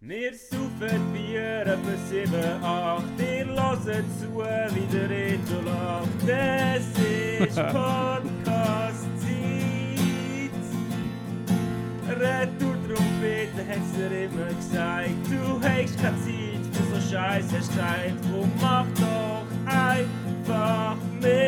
Wir saufen Bier etwa 7, 8. Ihr hört zu, wie der Reto lacht. Es ist Podcast-Zeit. Retour-Trompete hat's dir immer gesagt. Du hast keine Zeit für so Scheiß, hast Zeit. Und mach doch einfach mit.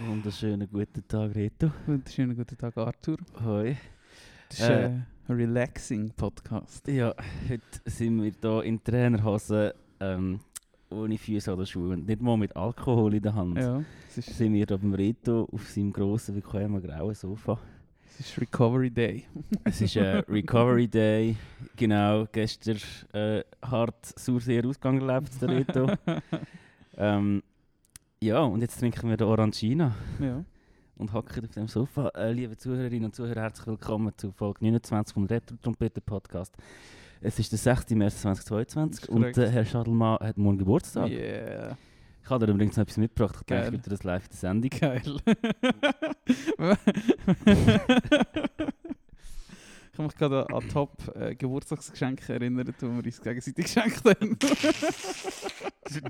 Wunderschönen guten Tag, Reto. Wunderschönen guten Tag, Arthur. Hoi. Das ist Äh. ein Eh, relaxing Podcast. Ja, heute sind wir hier in Trainerhosen, ähm, ohne Füße oder Schuhe und nicht mal mit Alkohol in der Hand. Ja, es ist, Sind wir hier beim Reto auf seinem grossen, bequemen, grauen Sofa. es ist Recovery Day. Es ist äh, Recovery Day. Genau, gestern äh, hart Sauerseher Ausgang erlebt, der Reto. ähm, ja, und jetzt trinken wir den Orangina. Ja. und hocken auf dem Sofa. Äh, liebe Zuhörerinnen und Zuhörer, herzlich willkommen zu Folge 29 vom Retro Trompeten Podcast. Es ist der 6. März 2022 Ist und korrekt. äh, Herr Schadelmann hat morgen Geburtstag. Yeah. Ich habe dir übrigens noch etwas mitgebracht. Ich denke, Geil. ich gebe dir das live in der Sendung. Geil. ich habe mich gerade an Top äh, Geburtstagsgeschenke erinnert, die wir uns gegenseitig geschenkt haben.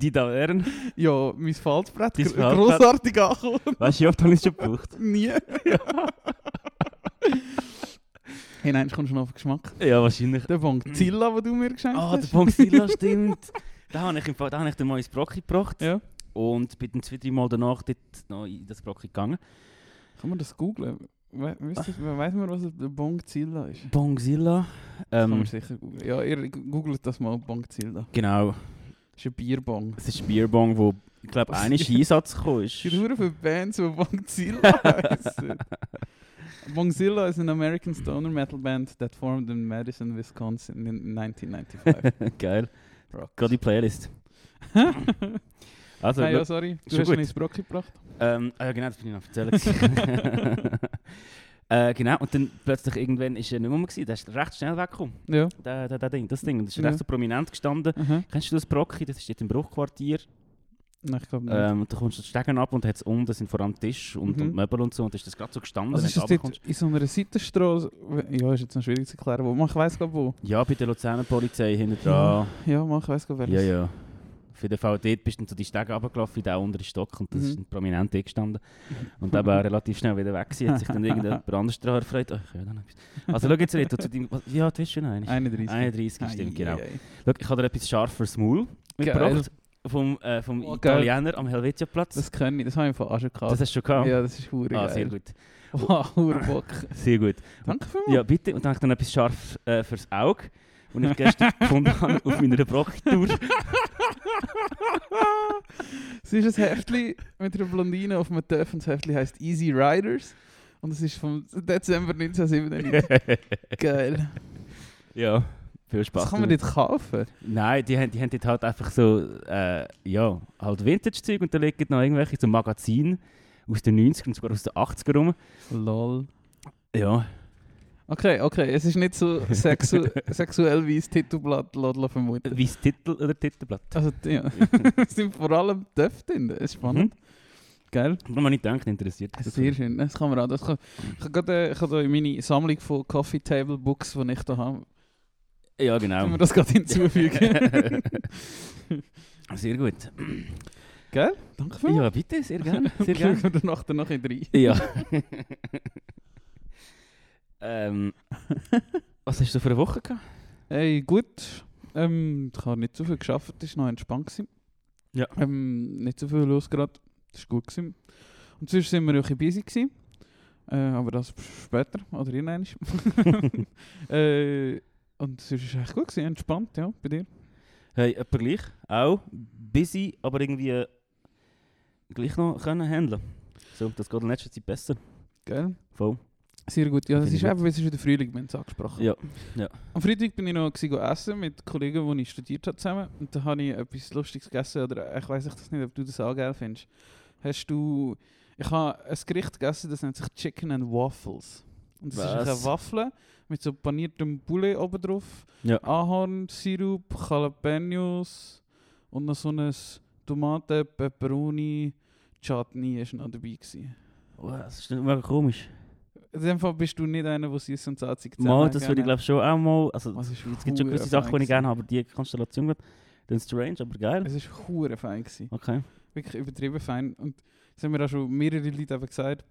Die da wären. ja, mein Faltbrett, Dein gr- Faltbrett. grossartig angekommen. Weißt du, wie oft habe ich es schon gebraucht? Nie. hey, nein, kommst du noch auf den Geschmack. Ja, wahrscheinlich. Der Bankzilla, den du mir geschenkt Ah, hast. der Ponxilla stimmt. Da habe ich, im Fall- da habe ich den mal ins Brocki gebracht Ja. und bin dann zwei, drei Mal danach dort noch in das Brocki gegangen. Kann man das googlen? We wisst ihr- we- Weiss man, was ein Bankzilla ist? Ponxilla. Kann Ähm, man sicher googeln. Ja, ihr gu- googelt das mal, Bankzilla. genau. Das ist ein Bierbong. Es ist ein Bierbong, wo, ich glaube, Was? ein Einsatz gekommen ist. Es gibt verdammt viele Bands, die Bankzilla heissen. Bankzilla is an American stoner metal band that formed in Madison, Wisconsin in 1995. Geil. Rock. Gerade die Playlist. Also, Hey, ja, Ah, ja, sorry, du Schon hast gut. ihn ins Brock gebracht. ähm, ah ja, genau, das bin ich noch erzählen. äh, genau, und dann plötzlich irgendwann ist er nicht mehr rum gewesen. Der ist recht schnell weggekommen. Ja. Der, der, der Ding, das Ding. Und Das ist Ja. recht so prominent gestanden. Aha. Kennst du das Brocki? Das ist jetzt im Bruchquartier. Nein, ich glaube nicht. Ähm, und da kommst du die Stegen ab und hat es unten, sind vor allem Tisch und, Mhm. und Möbel und so. Und da ist das gerade so gestanden. also wenn ist du das dort runterkommst. in so einer Seitenstraße? Ja, ist jetzt noch schwierig zu erklären, wo. Mach, ich weiss glaub wo. ja, bei der Luzerner Polizei hinten dran. Ja, mach, ich weiss glaub wer Ja, das ist. ja. Für den VD bist du dann zu die Stege runtergelaufen in den unteren Stock und das Mhm. ist ein prominent dort gestanden. Und der war relativ schnell wieder weg. gewesen, Hat sich dann irgendjemand anders daran erfreut. Ach, ja, dann noch etwas. Also schau jetzt, Reto, zu deinem... was- Ja, du hast schon einen. 31. 31, stimmt, genau. Ei, ei, ei. Schau, ich habe dir etwas scharf fürs Maul mitgebracht. Vom, äh, vom Oh, geil. Italiener am Helvetiaplatz. Das, Das kann ich, das habe ich von auch schon gehabt. das hast du schon gehabt? ja, das ist hure ah, geil. sehr gut. Wow, hure Bock. Sehr gut. Danke vielmals. Ja, bitte. Und dann habe ich dann etwas scharf äh, fürs Auge. Und ich gestern gefunden habe auf meiner Brocktour. Es ist ein Heftli mit einer Blondine auf einem Töff und das Heftli heisst Easy Riders. Und es ist vom Dezember 1997. Geil. ja, viel Spaß. Das kann man damit. nicht kaufen. Nein, die haben, die haben dort halt einfach so, äh, ja, halt Vintage-Zeug und da liegen noch irgendwelche so Magazine aus den 90 und sogar aus den 80er rum. Lol. Ja, Okay, okay. Es ist nicht so sexu sexuell wie das Titelblatt Lodler vermutet. wie das Titel oder Titelblatt. Also, ja. es sind vor allem Töff drin. Es ist spannend. Geil. Hat Mhm. man nicht gedacht, interessiert. mich das Mhm. Sehr so. schön, das kann man auch. Das kann, ich habe gerade, äh, ich habe da in meine Sammlung von Coffee Table Books, die ich da habe, Ja, wenn wir genau. das gerade hinzufügen. Sehr gut. Hm? Gell? Danke vielmals. Ja, bitte, sehr gerne. Sehr Schauen gerne. wir danach dann noch in rein. ja. ähm, was hast du für eine Woche gehabt? Hey, gut. Ähm, ich habe nicht so viel geschafft, es war noch nou entspannt. Gewesen. Ja. Ähm, nicht so viel los gerade, das war gut. Gewesen. Und sonst sind wir auch ein bisschen busy. Gewesen. Äh, aber das später, oder irgendwann. äh, und sonst war es echt gut, gewesen, entspannt, ja, bei dir. Hey, etwa gleich. Auch busy, aber irgendwie äh, gleich noch können handeln. So, das geht in letzter Zeit besser. Gell? Voll. Sehr gut. Ja, das Finde ist ich einfach, es ist wieder Frühling, wenn es angesprochen Ja, Am Freitag bin ich noch gewesen, go essen mit Kollegen, die ich studiert habe zusammen. Und da habe ich etwas Lustiges gegessen. Oder äh, ich weiß echt nicht, ob du das auch geil findest. Hast du. Ich habe ein Gericht gegessen, das nennt sich Chicken and Waffles. Und das ist Was? eine Waffel mit so paniertem Poulet oben drauf, Ja. Ahornsirup, Jalapenos Und noch so ein Tomaten, Pepperoni, Chutney ist noch dabei gewesen. Oh, das ist nicht mal komisch. In dem Fall bist du nicht einer, der süß und salzig Mal, das würde ich glaube schon auch mal. Also, Also es ist es gibt schon hure gewisse fein Sachen, die ich gewesen. gerne habe, aber die Konstellation wird dann strange, aber geil. Es ist hure fein gewesen. Okay. Wirklich übertrieben fein. Und das haben mir auch schon mehrere Leute eben gesagt.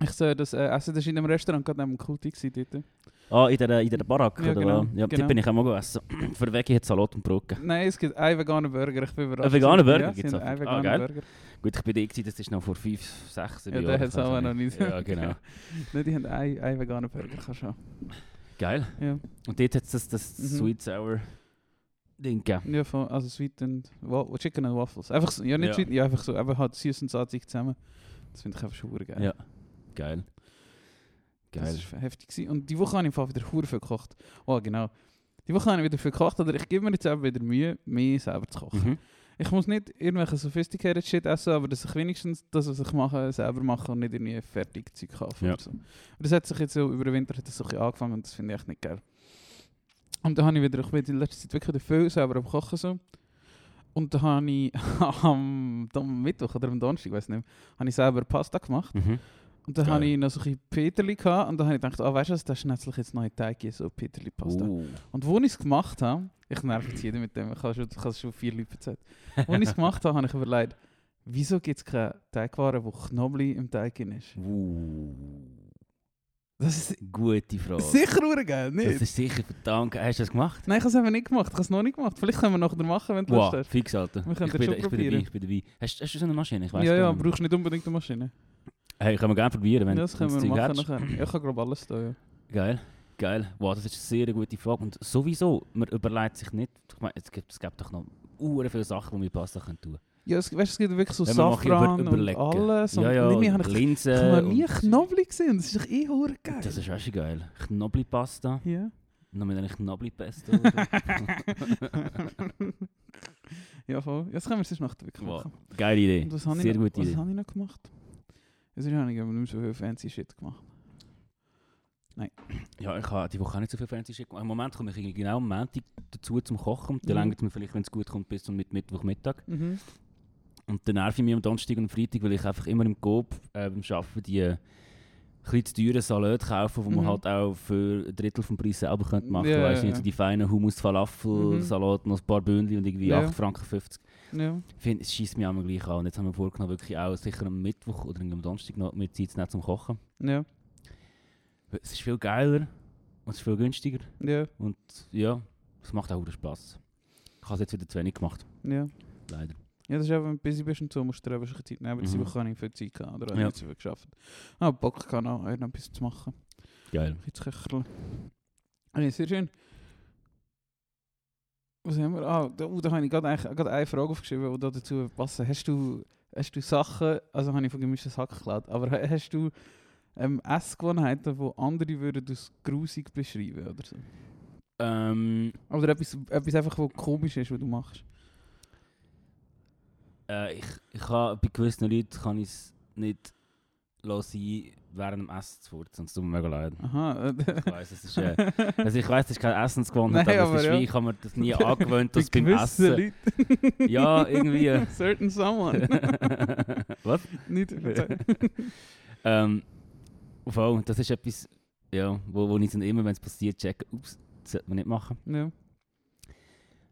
Ich soll das äh, essen, das war in einem Restaurant gerade neben dem Kulti gewesen dort. Ah, in der, in der Barack, Ja, oder? genau, was? Ja, genau. die bin ich auch mal gegessen. Für Veggie hat Salat und Brocken. Nein, es gibt einen veganen Burger. Ich bin überrascht. Einen veganen Burger ja, gibt's es? auch. Ah, Einen veganen geil. Burger. Gut, ich bin da, gewesen, das ist noch vor 5, 6 Ja, der hat es auch noch nicht. Ja, genau. Nein, die haben einen, einen veganen Burger. Kannst du auch. Geil. Ja. Und dort hat es das, das Mhm. Sweet Sour Ding gegeben. Ja, von, also Sweet and wa Chicken and Waffles. Einfach so, ja, nicht Ja. Sweet, ja, einfach so, aber halt süß und salzig zusammen. Das finde ich einfach schon verdammt geil. Ja. Geil. Das Geil. war heftig. Gewesen. Und die Woche habe ich im Fall wieder hure viel gekocht. Oh, genau. Die Woche habe ich wieder viel gekocht, aber ich gebe mir jetzt auch wieder Mühe, mehr selber zu kochen. Mhm. Ich muss nicht irgendwelche sophisticated Shit essen, aber dass ich wenigstens das, was ich mache, selber mache und nicht irgendwie fertig Zeug kaufe Ja. oder so. Und das hat sich jetzt so über den Winter hat das so ein bisschen angefangen und das finde ich echt nicht geil. Und dann habe ich wieder, ich bin in letzter Zeit wirklich wieder viel selber am Kochen so. Und dann habe ich am am Mittwoch oder am Donnerstag, ich weiß nicht mehr, habe ich selber Pasta gemacht. Mhm. Und dann Geil. habe ich noch so ein bisschen Peterli gehabt und dann habe ich gedacht, ah weißt du was, das schnetzle ich jetzt neue Teig in so Peterli-Pasta. Uh. Und wo ich es gemacht habe, ich nerv jetzt jeden mit dem, ich habe schon, ich habe schon vier Leute erzählt. Wo ich es gemacht habe, habe ich überlegt, wieso gibt es keine Teigwaren, wo Knobli im Teig drin ist? Uh. Das ist Gute Frage. sicher hure geil, Oh. Das nicht? ist sicher verdammt. Hast du das gemacht? Nein, ich habe es eben nicht gemacht, ich habe es noch nicht gemacht. Vielleicht können wir nachher machen, wenn du Wow, Lust hast. fix, Alter. Wir können ich, das bin, schon ich bin dabei, probieren. ich bin dabei. Hast, hast du so eine Maschine? Ich weiß Ja, gar ja, nicht. brauchst nicht unbedingt eine Maschine. Hey, können wir gerne probieren, wenn Ja, das wenn können wir Zeug machen hast. nachher. Ja, Ich kann glaube alles da, ja. Geil, geil. Wow, das ist eine sehr gute Frage. Und sowieso, man überlegt sich nicht, ich meine, es gibt, es gibt doch noch uren viele Sachen, die wir Pasta können tun Ja, es, weißt, es gibt wirklich so Wenn wir mal ein bisschen über- Safran und überlegen. alles. Und ja, ja, irgendwie habe und ich Ich Linsen. habe noch nie und- Knobli gesehen, das ist doch eh hure geil. Das ist auch schon geil. Knoblauchpasta, ja. noch mit einer Knoblauchpesto. oder ja, voll. Jetzt können wir es sonst noch wirklich so. wow. machen. Geile Idee, Und was habe ich, sehr noch- gute was Idee. habe ich noch gemacht? Jetzt habe ich aber nicht mehr so viel fancy Shit gemacht. Ja, ich habe die Woche auch nicht so viel Fernsehen geschickt. Im Moment komme ich irgendwie genau am Montag dazu zum Kochen. Und dann Mhm. reicht es mir vielleicht, wenn es gut kommt, bis zum Mitt- Mittwochmittag. Und dann nerv ich mich am Donnerstag und am Freitag, weil ich einfach immer im Coop äh, beim Arbeiten die äh, ein zu teuren Salate kaufe, die man Mhm. halt auch für ein Drittel vom Preis selber könnte machen Ja, könnte. Weißt du, ja, nicht so ja. die feinen Hummus, Falafel, Mhm. Salat, noch ein paar Bündel und irgendwie Ja. 8 Franken 50. Ja. Ich finde, es schießt mich auch immer gleich an. Und jetzt haben wir vorgenommen, wirklich auch sicher am Mittwoch oder am Donnerstag noch mit Zeit zu nehmen zum Kochen. Ja. Weil Es ist viel geiler und es ist viel günstiger. Ja. Und ja, es macht auch verdammt Spass. Ich habe es jetzt wieder zu wenig gemacht, Ja. leider. Ja, das ist eben, wenn du busy bist und so, musst du dir eben schon ein bisschen Zeit nehmen. Aber diese Mhm. Woche habe ich viel Zeit gehabt oder habe Ja. nicht so viel geschafft. Aber Bock kann auch, noch ein bisschen zu machen. Geil. Ein bisschen zu köcheln. Ja, sehr schön. Was haben wir? Ah, da, oh, da habe ich gerade eigentlich- gerade eine Frage aufgeschrieben, die da dazu passen. Hast du, hast du Sachen, also habe ich von gemischtes Hack geklaut, aber ha- hast du ähm, Essgewohnheiten, die dus andere würden als grusig beschreiben oder so? Ähm, Oder etwas, etwas einfach, was komisch ist, was du machst? Äh, ich, ich kann, bei gewissen Leuten kann ich es nicht lassen, während dem Essen zu furzen. Sonst tut mir mega leid. Aha. äh, Ich weiss, es ist, äh, also ich weiss, das ist keine Essensgewohnheit, Nein, aber, aber es ist ja. wie, ich habe mir das nie angewöhnt, dass Bei beim gewissen Essen... Ja, irgendwie. Certain someone. Was? Nicht überzeugt. Ähm, voll, das ist etwas, ja, wo, wo ich dann immer, wenn es passiert, checke, ups, das sollte man nicht machen. Ja.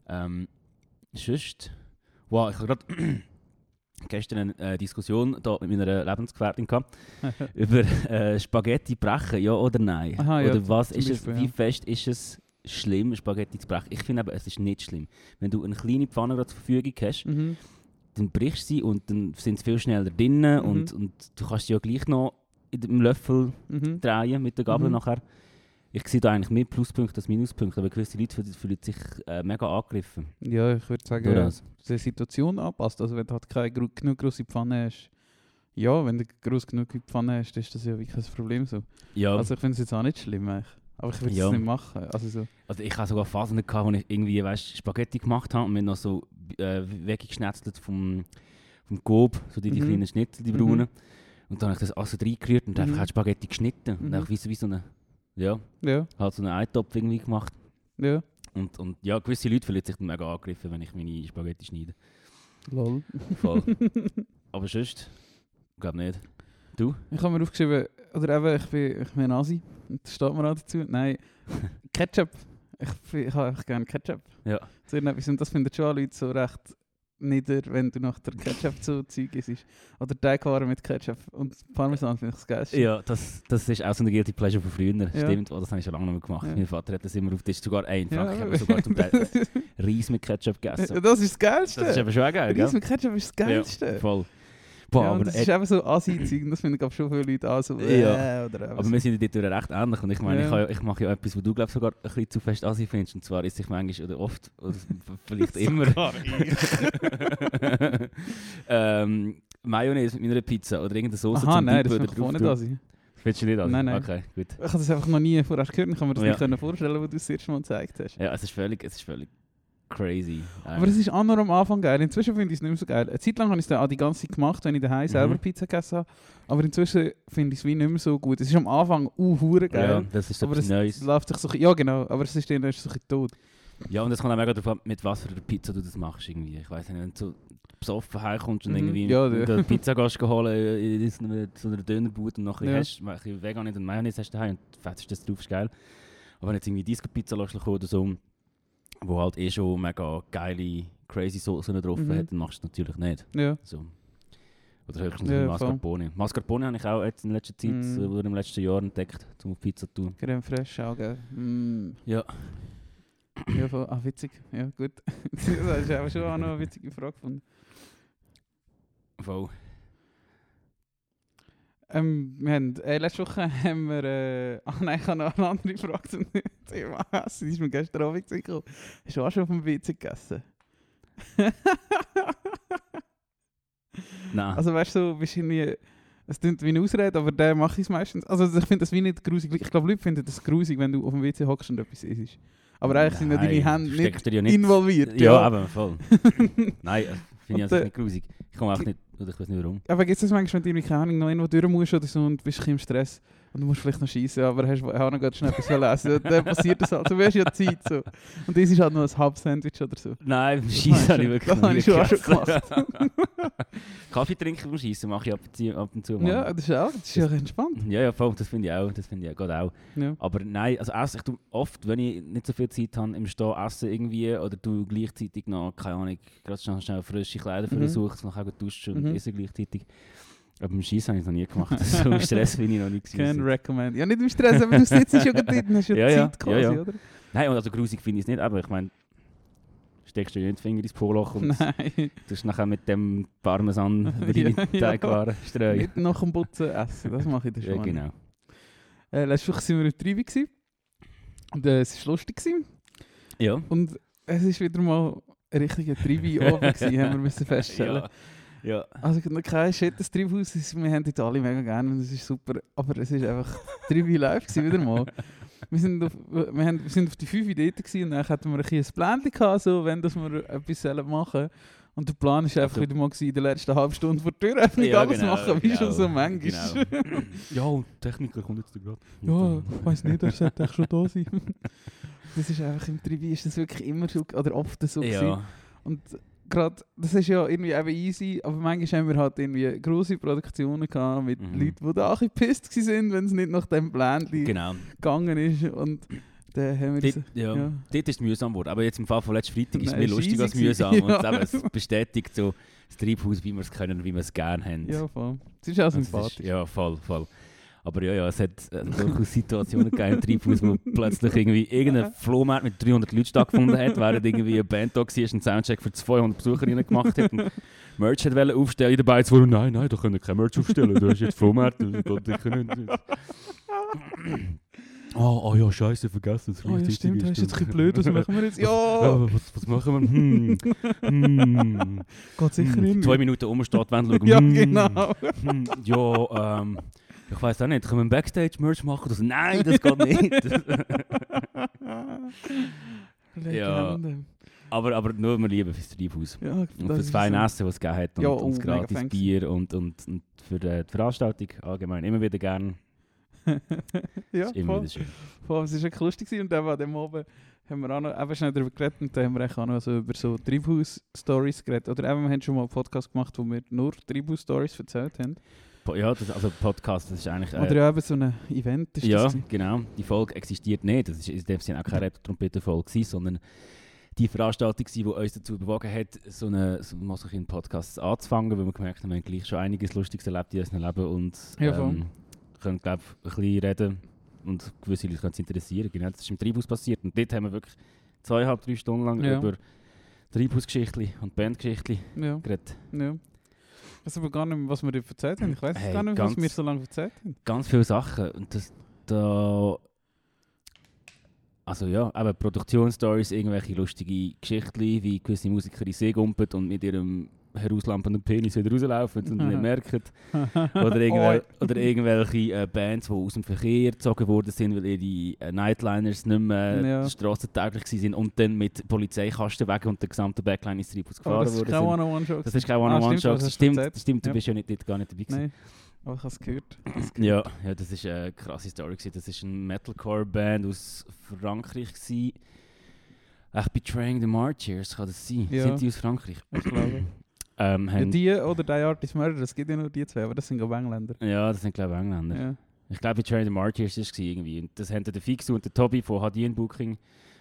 Ähm, sonst, wow, ich habe gerade gestern eine äh, Diskussion da mit meiner Lebensgefährtin gehabt. über äh, Spaghetti brechen, ja oder nein? Aha, ja, oder was zum ist Beispiel, es, wie ja. fest ist es schlimm, Spaghetti zu brechen? Ich finde aber, es ist nicht schlimm. Wenn du eine kleine Pfanne gerade zur Verfügung hast, Mhm. dann brichst du sie und dann sind sie viel schneller drinnen Mhm. und, und du kannst sie ja gleich noch in dem Löffel Mhm. drehen mit der Gabel Mhm. nachher. Ich sehe da eigentlich mehr Pluspunkte als Minuspunkte, aber gewisse Leute fühlen- fühlen sich äh, mega angegriffen. Ja, ich würde sagen, durch das. der Situation anpasst. Also wenn du halt keine gro- genug große Pfanne hast, ja, wenn du groß genug Pfanne hast, ist das ja wirklich kein Problem so. Ja, also, Also ich finde es jetzt auch nicht schlimm eigentlich. Aber ich würde es Ja. nicht machen. Also so. ich habe sogar Phasen, gehabt, wo ich irgendwie weißt, Spaghetti gemacht habe und mir noch so äh, weggeschnetzelt vom, vom Gob, so die, die Mhm. kleinen Schnitzel, die Mhm. braunen. Und dann habe ich das alles so reingerührt und einfach Mhm. halt Spaghetti geschnitten. Mhm. Und einfach wie so, wie so eine, ja, Ja, halt so einen Eintopf irgendwie gemacht. ja. Und, und ja, gewisse Leute fühlen sich dann mega angegriffen, wenn ich meine Spaghetti schneide. Lol. Voll. Aber sonst, ich glaube nicht. Ich habe mir aufgeschrieben, oder eben, ich bin, ich bin Asi. Da steht mir auch dazu. Nein, Ketchup. Ich, bin- ich habe einfach gerne Ketchup. Ja. So irgendetwas. Und das finden schon Leute so recht nieder, wenn du nach der Ketchup so Zeug isst. Oder Teigwaren mit Ketchup. Und Parmesan finde ich das geilste. Ja, das, das ist auch so eine guilty pleasure von früher. Ja. Stimmt, oh, das habe ich schon lange nicht mehr gemacht. Ja. Mein Vater hat das immer auf den Tisch, sogar ein Frank. Ich habe sogar zum Teil Reis mit Ketchup gegessen. das ist das Geilste. Das ist eben schon auch geil, Reis gell? mit Ketchup ist das Geilste. Ja, voll. Boah, Ja, und aber, das äh, ist eben so Asi-Zeug und das finden glaube ich schon viele Leute an. So, äh, Ja. oder eben aber so. wir sind ja dort recht ähnlich. Und ich meine, Ja. ich, habe ja- ich mache ja etwas, wo du glaubst sogar ein bisschen zu fest an findest. Und zwar ist ich manchmal oder oft, oder vielleicht immer. ähm, Mayonnaise mit meiner Pizza oder irgendeine Soße Aha, zum nein, Dippen das oder finde ich auch drauf nicht tun. Asi. Findest du nicht an? Nein, nein. Okay, gut. Ich habe das einfach noch nie vorher gehört und kann mir das Ja. nicht können vorstellen, wo du es das erste Mal gezeigt hast. Ja, es ist völlig, es ist völlig crazy. Aber es ist auch noch am Anfang geil. Inzwischen finde ich es nicht mehr so geil. Eine Zeit lang habe ich es dann auch die ganze Zeit gemacht, wenn ich daheim selber Mhm. Pizza gegessen habe. Aber inzwischen finde ich es wie nicht mehr so gut. Es ist am Anfang uh, hure Ja, geil. das ist aber etwas es Neues. läuft sich so ein bisschen- Ja, genau. Aber es ist dann erst so ein bisschen tot. Ja, und es kommt auch mega darauf an, mit was für einer Pizza du das machst. Irgendwie. Ich weiß nicht, wenn du so besoffen herkommst und Mhm. irgendwie Ja, mit- ja. mit der Pizza gehst du holen äh, in, in, so einer- so einer Dönerbude und nachher Ja. hast du ein bisschen vegan und Mayonnaise hast du daheim und fetzt das drauf, ist geil. Aber wenn du jetzt irgendwie Disco-Pizza lässt kommen oder so, wo halt eh schon mega geile, crazy Soßen drauf Mhm. hat, dann machst du es natürlich nicht. Ja. So. Oder höchstens Ja, ja, voll. Mascarpone. Mascarpone habe ich auch jetzt in letzter Zeit Mhm. äh, oder im letzten Jahr entdeckt, um auf Pizza zu tun. Creme fraiche auch geil. Mm. Ja. Ja, voll. Ah, witzig. Ja, gut. das ist aber schon auch noch eine witzige Frage gefunden. Voll. Ähm, wir haben, äh, letzte Woche haben wir. Äh, ah nein, ich habe noch eine andere Frage zum Thema Essen. Die ist mir gestern Abend gekommen. Hast du auch schon auf dem WC gegessen? Nein. Also weißt du, so, bist irgendwie. Es klingt wie eine Ausrede, aber der mache ich es meistens. Also ich finde das wie nicht grusig. Ich glaube, Leute finden das grusig, wenn du auf dem WC hockst und etwas isst. Aber eigentlich sind ja Nein, deine Hände nicht steckst du dir ja involviert. Ja, eben, voll. Nein, äh, Und, finde ich also äh, nicht grusig. Ich komme auch nicht, oder ich weiß nicht warum. Aber gibt es das manchmal, wenn du keine Ahnung noch irgendwo durch musst oder so und bist ein bisschen im Stress und du musst vielleicht noch schießen, aber hast auch noch gerade schnell etwas lesen. Und dann passiert das halt. So, du hast ja Zeit. So. Und das ist halt noch ein Hub-Sandwich oder so. Nein, Scheiß habe ich Das wirklich habe ich schon- nie das habe ich schon gegessen. Kaffee trinken beim Schießen mache ich ab und zu. Ab und zu mal. Ja, das ist auch das ist ja entspannt. ja, ja, voll, das finde ich auch, das finde ich auch, geht auch. Ja. Aber nein, also Essen, ich tue oft, wenn ich nicht so viel Zeit habe, im Stehen essen irgendwie oder du gleichzeitig noch, keine Ahnung, gerade schnell, schnell frische Kleider für Mhm. mhm. suchst, nachher gut duschen und Mhm. essen gleichzeitig. Aber beim Schießen habe ich es noch nie gemacht. so im dus Stress bin ich noch nie Can gewesen. recommend. Ja, nicht im Stress, aber du sitzt ja gerade dort und hast ja, Ja, ja, Zeit quasi, ja, ja. oder? Nein, und also grusig finde ich es nicht, aber ich meine, steckst du dir nicht den Finger ins Poloch und Nein. Du hast nachher mit dem Parmesan Ja, rein ja. Teigwaren streuen. Nicht nach dem Putzen essen, das mache ich dann schon. Ja, genau. mal. Äh, letzte Woche waren wir im Treibi gewesen. und äh, es war lustig. Gewesen. Ja. Und es war wieder mal ein richtiger Treibi oben, gewesen, haben wir müssen feststellen. Ja. Also ich habe kein Shit, das Treibhaus, ist- wir haben die alle mega gerne und es ist super, aber es ist einfach Treibhaus live gewesen, wieder mal. Wir sind auf, wir haben, wir sind auf die 5 dort gewesen und dann hatten wir ein bisschen ein Plan gehabt, so, wenn das wir etwas selber machen Und der Plan ist einfach Also- wieder mal gewesen, in der letzten halben Stunde vor der Tür einfach nicht Ja, alles genau, machen, wie genau, schon so manchmal. Genau. ja, und Techniker kommt jetzt gerade. Ja, ich weiss nicht, er sollte eigentlich schon da sein. Das ist einfach, im Treibhaus ist das wirklich immer so, oder oft so gewesen. Ja. Und gerade, das ist ja irgendwie eben easy, aber manchmal haben wir halt irgendwie grosse Produktionen gehabt mit Mhm. Leuten, die da auch ein bisschen gepisst waren, wenn es nicht nach dem Plan Genau. gegangen ist. Und dann haben wir Dort, das- ja. ja. Dort ist es mühsam geworden. Aber jetzt im Fall von letzten Freitag ist es Nein, mir ist lustig easy als gewesen. mühsam. Ja. Und es eben, es bestätigt so das Treibhaus, wie wir es können und wie wir es gerne haben. Ja, voll. Es ist auch Und Also es ist- sympathisch. Ja, voll, voll. Aber ja, ja, es hat äh, durchaus Situationen gegeben im Treibhaus, wo plötzlich irgendwie irgendein Flohmarkt mit 300 Leuten stattgefunden hat, während irgendwie eine Band da war, einen Soundcheck für 200 Besucherinnen gemacht hat und Merch hat wollen aufstellen. Die beiden waren, nein, nein, da können wir kein Merch aufstellen, da ist jetzt Flohmarkt, das geht sicher nicht. Oh, oh ja, scheiße, vergessen das Ah. Oh ja, gleichzeitig stimmt, das ist jetzt ein bisschen stimmt. blöd, was machen wir jetzt? Ja, Ja, was, was machen wir? Oh, Hm. Hm. geht sicher hm. hin. Zwei Minuten umsteht, wenn schauen. Ja, Hm. genau. Hm, ja, ähm, ich weiß auch nicht, können wir einen Backstage-Merch machen? Das, nein, das geht nicht. Legende. aber, aber nur, wir lieben fürs Treibhaus. Ja, Und das für das ist feine so. Essen, was es gegeben hat. Und, Ja, und das oh, mega gratis thanks. Bier und, und, und für äh, die Veranstaltung allgemein. Immer wieder gern. ja, ist immer voll. wieder schön. Boah, es war wirklich lustig gewesen. und dann war dem oben haben wir auch noch eben schnell darüber geredet und dann haben wir eigentlich auch noch so über so Treibhaus-Stories geredet. Oder eben, wir haben schon mal einen Podcast gemacht, wo wir nur Treibhaus-Stories erzählt haben. Po- Ja, das, also Podcast, das ist eigentlich... Oder Äh, ja, eben so ein Event ist ja, das. gewesen. genau. Die Folge existiert nicht. Das ist in dem Sinne auch keine Retro-Trompeten-Folge gewesen, sondern die Veranstaltung, gewesen, die uns dazu bewogen hat, so einen so einen Podcast anzufangen, weil wir gemerkt haben, wir haben gleich schon einiges Lustiges erlebt in unserem Leben und ähm, Ja, voll. können, glaube ich, ein bisschen reden und gewisse Leute können es interessieren. Genau, das ist im Treibhaus passiert und dort haben wir wirklich zweieinhalb, drei Stunden lang Ja. über Treibhausgeschichten und Bandgeschichten Ja, geredet. ja. Ich weiß aber gar nicht mehr, was wir dir erzählt haben. Ich weiß Hey, gar nicht mehr, was ganz- wir so lange erzählt haben. ganz viele Sachen. Und das da. Also ja, eben Produktionsstories, irgendwelche lustige Geschichten, wie gewisse Musiker in See gumpen und mit ihrem herauslampenden Penis wieder rauslaufen und nicht merken. Oder, Oh, irgendwel oder irgendwelche äh, Bands, die aus dem Verkehr gezogen worden sind, weil ihre äh, Nightliners nicht mehr Ja. ja. strassentäglich waren und dann mit Polizeikasten weg und der gesamte Backline ins Treibhaus Oh, gefahren das ist worden kein sind. One-on-One-Show. Das ist kein Ah, stimmt, One-on-One-Show. das hast du stimmt, erzählt. stimmt, du Ja. bist ja nicht, dort gar nicht dabei. gewesen. Nein, aber ich habe es gehört. Ja, ja, das ist eine krasse Story. gewesen. Das ist eine Metalcore-Band aus Frankreich. Gewesen. Ach, Betraying the Martyrs, kann das sein? Ja. Sind die aus Frankreich? Ich glaube. Ähm, Ja, haben, ja, die oder Die Artist Murder, es gibt ja nur die zwei, aber das sind glaube ich Engländer. das sind glaube ich Engländer. Ja. Ich glaube, Betraying the Martyrs war es gewesen irgendwie. Und das haben dann der Fixu und der Tobi von Hadien Booking,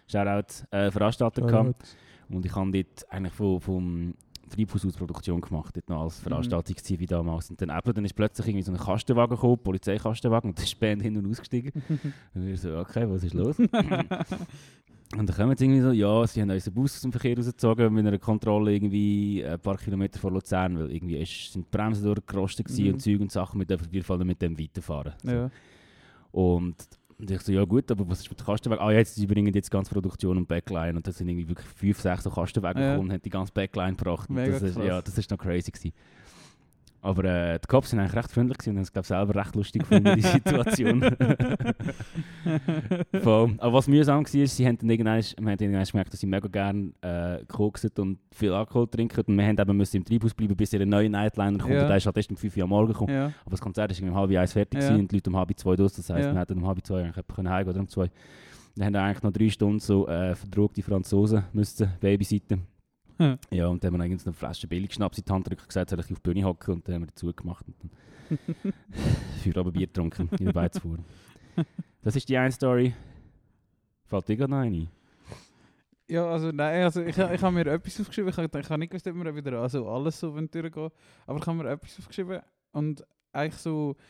Shoutout, äh, veranstaltet. gehabt. Und ich habe dort eigentlich von, vom Treibhaus aus Produktion gemacht, dort noch als Mhm. Veranstaltungsziel wie damals. Und dann, eben, dann ist plötzlich irgendwie so ein Kastenwagen gekommen, Polizeikastenwagen, und dann ist die Band hin und ausgestiegen. und wir so, okay, was ist los? und dann kommen jetzt irgendwie so, ja, sie haben unseren Bus aus dem Verkehr rausgezogen, mit einer Kontrolle irgendwie ein paar Kilometer vor Luzern, weil irgendwie ist, sind die Bremsen durchgerostet gewesen Mhm. und Zeug und Sachen, wir dürfen auf jeden Fall nicht mit dem weiterfahren. So. Ja. Und und ich so, ja gut, aber was ist mit dem Kastenweg? Ah ja, jetzt, sie bringen jetzt die ganze Produktion und Backline und das sind irgendwie wirklich fünf, sechs so Kastenwege Ja. gekommen und haben die ganze Backline gebracht. Und Mega das ist, krass. ja, das ist noch crazy gewesen. Aber äh, die Cops sind eigentlich recht freundlich gewesen und haben es glaube ich selber recht lustig gefunden, die Situation. Voll. Aber was mühsam war, ist, sie haben dann irgendwann, wir haben irgendwann gemerkt, dass sie mega gerne äh, koksen und viel Alkohol trinken und wir haben eben müssen im Treibhaus bleiben, bis ihr neue Nightliner kommt Ja. und der ist halt erst um 5 Uhr am Morgen gekommen. ja. Aber das Konzert war irgendwie um halb eins fertig Ja. gewesen und die Leute um halb zwei durch. Das heisst, Ja. wir hätten um halb zwei eigentlich etwa können heim oder um zwei. Dann haben wir eigentlich noch drei Stunden so äh, verdrogte Franzosen müssen babysitten. Hm. Ja, und dann haben wir irgendwie so eine Flasche Billigschnaps in die Hand gedrückt und gesagt, soll ich auf die Bühne hocken und dann haben wir zugemacht und dann Feierabendbier getrunken in der Beizfuhr. Das ist die eine Story. Fällt dir gerade noch eine ein? Ja, also nein, also ich, ich habe mir etwas aufgeschrieben, ich habe ich hab nicht gewusst, ob wir wieder also alles so wollen durchgehen aber ich habe mir etwas aufgeschrieben und eigentlich so,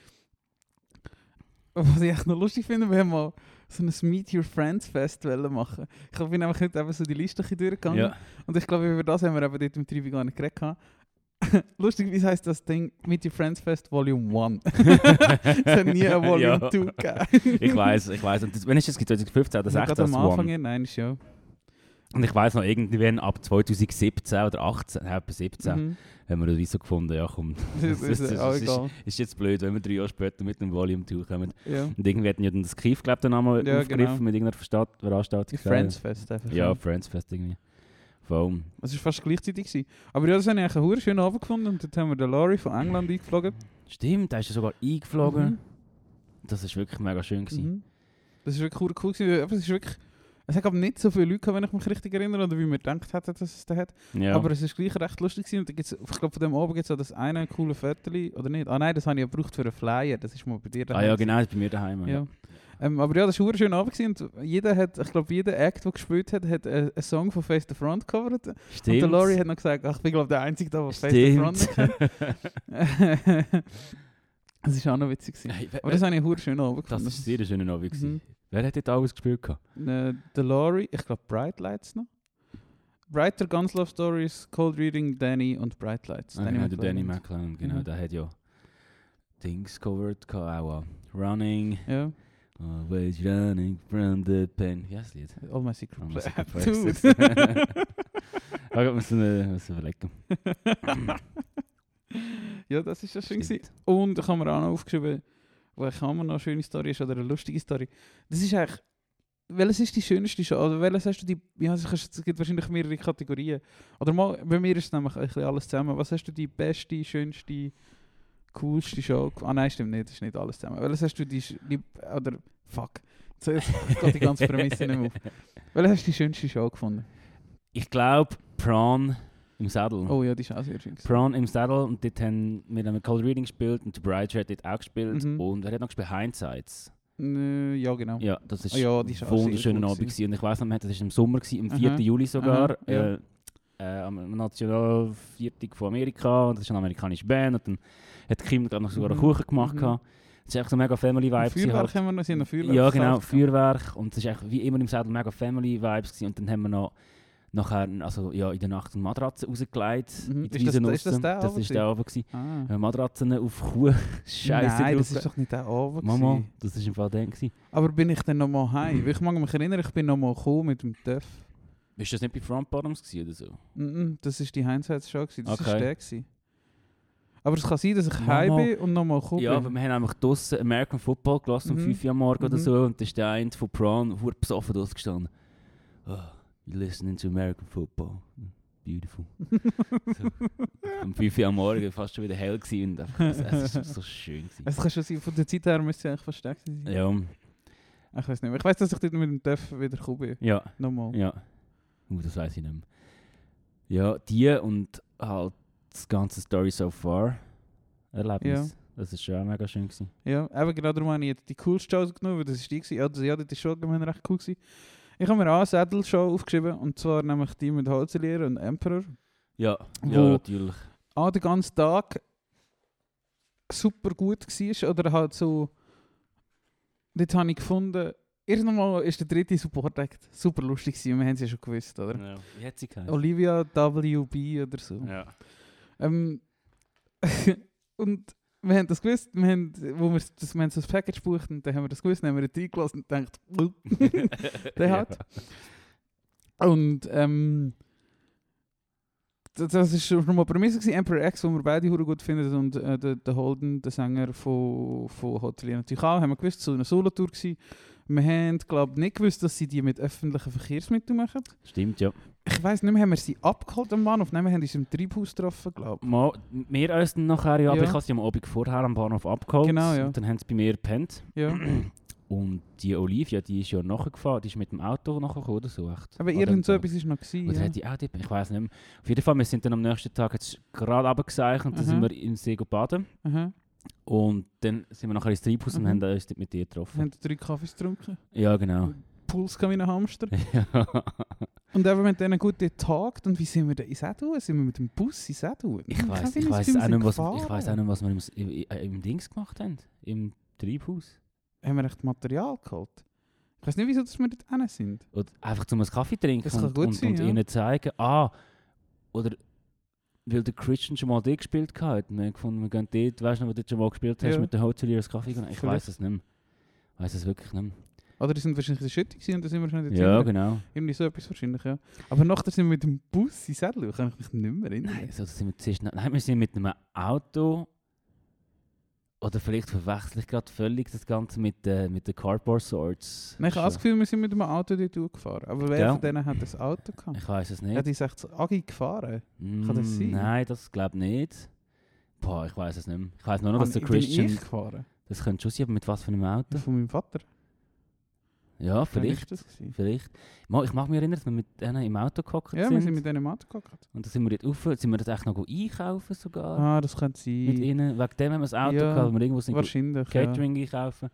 was ich echt noch lustig finde, wir haben mal so ein Meet Your Friends Fest wollen machen. Ich bin nämlich heute eben so die Liste ein bisschen durchgegangen und ich glaube, über das haben wir eben dort im Trivi gar nicht geredet. gehabt. Lustig, wie heisst das Ding? Meet Your Friends Fest Volume 1. es hat nie ein Volume Ja. 2 gegeben. Ich weiß, ich weiß. Und das, wenn ist das? 2015 oder Ich habe gerade 2016? am das Anfang One? ja, nein, ist ja. Und ich weiß noch, irgendwann ab 2017 oder 18, nein, etwa 17, Mhm. haben wir das so gefunden, ja komm, Das ist, Das ist ist- auch das ist- egal. ist jetzt blöd, wenn wir drei Jahre später mit einem Volume 2 kommen. Ja. Und irgendwie hatten ja dann das Kiff, glaube ich, dann einmal Ja, aufgegriffen genau. mit irgendeiner Versta- Veranstaltung. Die Friends Fest einfach. Ja, Friends Fest irgendwie. Voll. Es war fast gleichzeitig. Gewesen. Aber Ah, ja, das habe ich eigentlich einen verdammt schönen Abend gefunden. Und dort haben wir den Laurie von England eingeflogen. Stimmt, da ist ja sogar eingeflogen. Das war wirklich mega schön. Mhm. Gewesen. Mhm. Das war wirklich cool. Gewesen. Aber es ist wirklich... Es hat aber nicht so viele Leute gehabt, wenn ich mich richtig erinnere, oder wie wir gedacht hätten, dass es da hat. Ja. Mhm. Aber es war gleich recht lustig. Gewesen. Und da gibt's, ich glaube, von dem Abend gibt es auch das eine coole Viertel, oder nicht? Ah nein, das habe ich ja gebraucht für einen Flyer. Das ist mal bei dir ah daheim ja, gewesen. genau, das ist bei mir daheim. Ja. Ja. Ähm, aber ja, das war ein schöner Abend. gewesen Und jeder hat, ich glaube, jeder Act, der gespielt hat, hat äh, einen Song von Face the Front gecovert. Stimmt. Und der Laurie hat noch gesagt, ach, ich bin glaube der Einzige da, der Face the Front Stimmt. nicht kennt. Das war auch noch witzig. Gewesen. Hey, wer- Aber das habe ich hure schön Abend Äh, das gefunden. ist sehr ein schöner Abend. gewesen. Mhm. Wer hat dort alles gespielt? gehabt? Äh, Der Laurie, ich glaube Bright Lights noch. Brighter Guns Love Stories, Cold Reading, Danny und Bright Lights. Ah, genau, der Danny McLaren. McLaren, genau, Mhm. der hat ja Dings covered, gehabt, auch äh, Running, Ja, always running from the pen. Wie heißt das Lied? All My Secret Oh, Pla- muss ich kurz Dude. weiss. Ah, gut, müssen wir müssen überlegen. ja, das ist ja schön. Stimmt. Gewesen. Und ich habe mir auch noch aufgeschrieben, wo ich auch noch eine schöne Story ist oder eine lustige Story. Das ist eigentlich. Welches ist die schönste Show? Oder welches hast du die. Ja, es ist- es gibt wahrscheinlich mehrere Kategorien. Oder mal, bei mir ist es nämlich ein bisschen alles zusammen. Was hast du die beste, schönste, coolste Show? ge- Ah nein, stimmt nicht, das ist nicht alles zusammen. Welches hast du die. sch- die oder. Fuck. Zuerst geht die ganze Prämisse nicht mehr auf. Welche hast du die schönste Show gefunden? Ich glaube, Prawn im Saddel. Oh ja, die ist auch sehr schön. gewesen. Prawn im Saddle und dort haben wir haben Cold Reading gespielt und The Bride hat dort auch gespielt Mhm. und wer hat noch gespielt? Hindsights. Nö, Ja, genau. Ja, dus das ist Ah ja, die ist ein auch sehr wunderschöner cool Abend gewesen. gewesen. und ich weiß noch, wir hatten- das war im Sommer, gewesen, am Aha. 4. Juli sogar, Aha, ja. äh, äh, am Nationalviertag von Amerika und das ist eine amerikanische Band und dann hat Kim gerade noch sogar einen Mhm, Kuchen gemacht. mhm. gehabt. Es ist echt so mega Family-Vibe. gewesen Feuerwerk halt. haben wir noch, sie haben noch Feuerwerk Ja, genau, gekauft, ja. Feuerwerk. Und es war echt wie immer im Saddle mega Family-Vibes. gewesen. Und dann haben wir noch nachher, also ja, in der Nacht eine Matratze rausgelegt. in Mhm. die Ist das- Wiese ist das draussen. der Das Abend ist der Abend. Gewesen. Ah. Äh, Matratzen auf Kuh. Scheiße Nein, drauf. das ist doch nicht der Abend. Mama, Mhm. gewesen. das war im Fall der. gewesen. Aber bin ich dann nochmal heim? Weil Ich mag mich erinnern, ich bin nochmal gekommen mit dem Töff. Ist das nicht bei Front Bottoms gewesen oder so? Mhm, Das war die Heinz-Show, das war Okay. der. Gewesen. Aber es kann sein, dass ich Mama. heim bin und nochmal gekommen Ja, aber bin. wir haben einfach draussen American Football gelassen um Mhm. 5 Uhr am Morgen oder Mhm. so und da ist der eine von Prawn verdammt besoffen durchgestanden. Oh, you listening to American Football. Beautiful. so. Um 5 Uhr am Morgen fast schon wieder hell gewesen und einfach, es, es ist so schön gewesen. Es kann schon sein, von der Zeit her müsste sie eigentlich versteckt sein. Ja, Ich weiß nicht mehr. Ich weiß, dass ich dort mit dem Töff wieder gekommen bin. ja, Nochmal. ja. Uh, das weiß ich nicht mehr. Ja, die und halt das ganze Story so far Erlebnis. Das ist schon auch mega schön gewesen. Ja, eben genau darum habe ich jetzt die coolste Show genommen, weil das ist die gewesen. Ja, das, ja, das ist schon allgemein recht cool gewesen. Ich habe mir auch eine Saddle-Show aufgeschrieben, und zwar nämlich die mit Holzelier und Emperor. Ja, ja Wo- natürlich. Auch Ah, den ganzen Tag super gut war, oder halt so... Dort habe ich gefunden, irgendwann mal ist der dritte Support Act super lustig gewesen, wir haben es ja schon gewusst, oder? Ja. Wie hat sie geheißen? Olivia WB oder so. Ja. Ähm, und wir haben das gewusst, wir haben, wo wir, das, wir haben so das Package gebucht und dann haben wir das gewusst, dann haben wir das reingelassen und gedacht, «Wuh». Der hat. und ähm, das, das ist schon mal Prämisse gewesen, Emperor X, den wir beide hure gut finden und äh, der, der Holden, der Sänger von, von Hotelier natürlich auch, haben wir gewusst, so eine Solotour gewesen. Wir haben, glaube ich, nicht gewusst, dass sie die mit öffentlichen Verkehrsmitteln machen. Stimmt, ja. Ich weiß nicht mehr, haben wir sie abgeholt am Bahnhof? Nein, wir haben uns im Treibhaus getroffen, glaube ich. Mal, wir uns dann nachher, ja, aber Ja. ich habe sie am Abend vorher am Bahnhof abgeholt. Genau, ja. Und dann haben sie bei mir gepennt. Ja. Und die Olivia, die ist ja nachgefahren, die ist mit dem Auto nachgekommen oder so. Echt. Aber An dem irgend so Tag. etwas war noch. Gewesen, Ah, Oder ja. hat die auch die, ich weiß nicht mehr. Auf jeden Fall, wir sind dann am nächsten Tag jetzt gerade runtergeseicht und dann Mhm. sind wir im See baden. Aha. Und dann sind wir nachher ins Treibhaus und Mhm. haben uns dort mit dir Wir getroffen. haben drei Kaffees getrunken, Ja, genau. Puls kam wie ein Hamster. Ja. Und eben mit denen gut getagt. Und wie sind wir da in Sedun? Sind wir mit dem Bus in Sedun? Ich weiß ich weiß auch, nicht, was- ich weiss auch nicht, was wir im, im, im Dings gemacht haben. Im Treibhaus. Haben wir echt Material geholt? Ich weiß nicht, wieso dass wir dort hin sind. Oder einfach zum einen Kaffee trinken Das kann und, gut und, sein, und ja. ihnen zeigen, ah, oder weil der Christian schon mal dort gespielt hat. Und wir haben gefunden, wir gehen dort, weißt du noch, wo du dort schon mal gespielt hast, Ja. mit den Hoteliers Kaffee gehen. Ich Vielleicht. weiß es nicht mehr. Ich weiß es wirklich nicht Oder die sind wahrscheinlich in der Schütte gewesen und dann sind wir schon in mehr. der Ja, Zimmer. genau. Irgendwie so etwas wahrscheinlich, ja. Aber nachher sind wir mit dem Bus in Sedun. Kann ich mich nicht mehr erinnern. Nein, so Also, sind wir zuerst, nein, wir sind mit einem Auto. Oder vielleicht verwechsel ich gerade völlig das Ganze mit, äh, mit den Cardboard Swords. Nein, ich habe Schon. das Gefühl, wir sind mit einem Auto dort durchgefahren. Aber wer Ja. von denen hat das Auto gehabt? Ich weiß es nicht. Hat die 60 Agi gefahren? kann das Mm, sein? Nein, das glaube ich nicht. Boah, ich weiß es nicht mehr. Ich weiß nur noch, dass der Ah, bin Christian. Ich gefahren? Das könnte schon sein, aber mit was für einem Auto? Von meinem Vater. Ja, Dann ist vielleicht. das gewesen. Vielleicht. Mal, ich mag mich erinnern, dass wir mit denen im Auto gehockt Ja, sind. wir sind mit denen Mathe gekocht. und dann sind wir dort rauf, sind wir das echt noch go einkaufen sogar. Ah, das könnte sein. Mit ihnen. Wegen dem haben wir das Auto Ja, gehabt, weil wir irgendwo sind go wahrscheinlich. Catering einkaufen.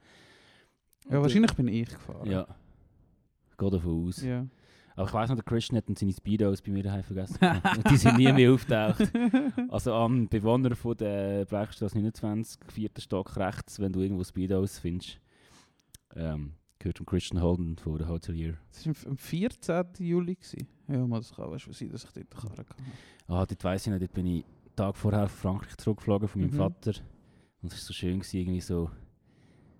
Ja. ja, wahrscheinlich bin ich gefahren. Ja. Geht davon aus. Ja. Aber ich weiß noch, der Christian hat dann seine Speedos bei mir daheim vergessen. und die sind nie mehr auftaucht. Also am Bewohner von der Blechstraße 29, vierter Stock rechts, wenn du irgendwo Speedos findest. Ähm, gehört zum Christian Holden von der Hotelier. Das war am 14. Juli. Gewesen. Ja, mal, das kann weißt, sein, dass ich dort gefahren kann. Ah, dort weiss ich nicht, dort bin ich einen Tag vorher auf Frankreich zurückgeflogen von meinem Mhm. Vater. Und es war so schön, gewesen, irgendwie so.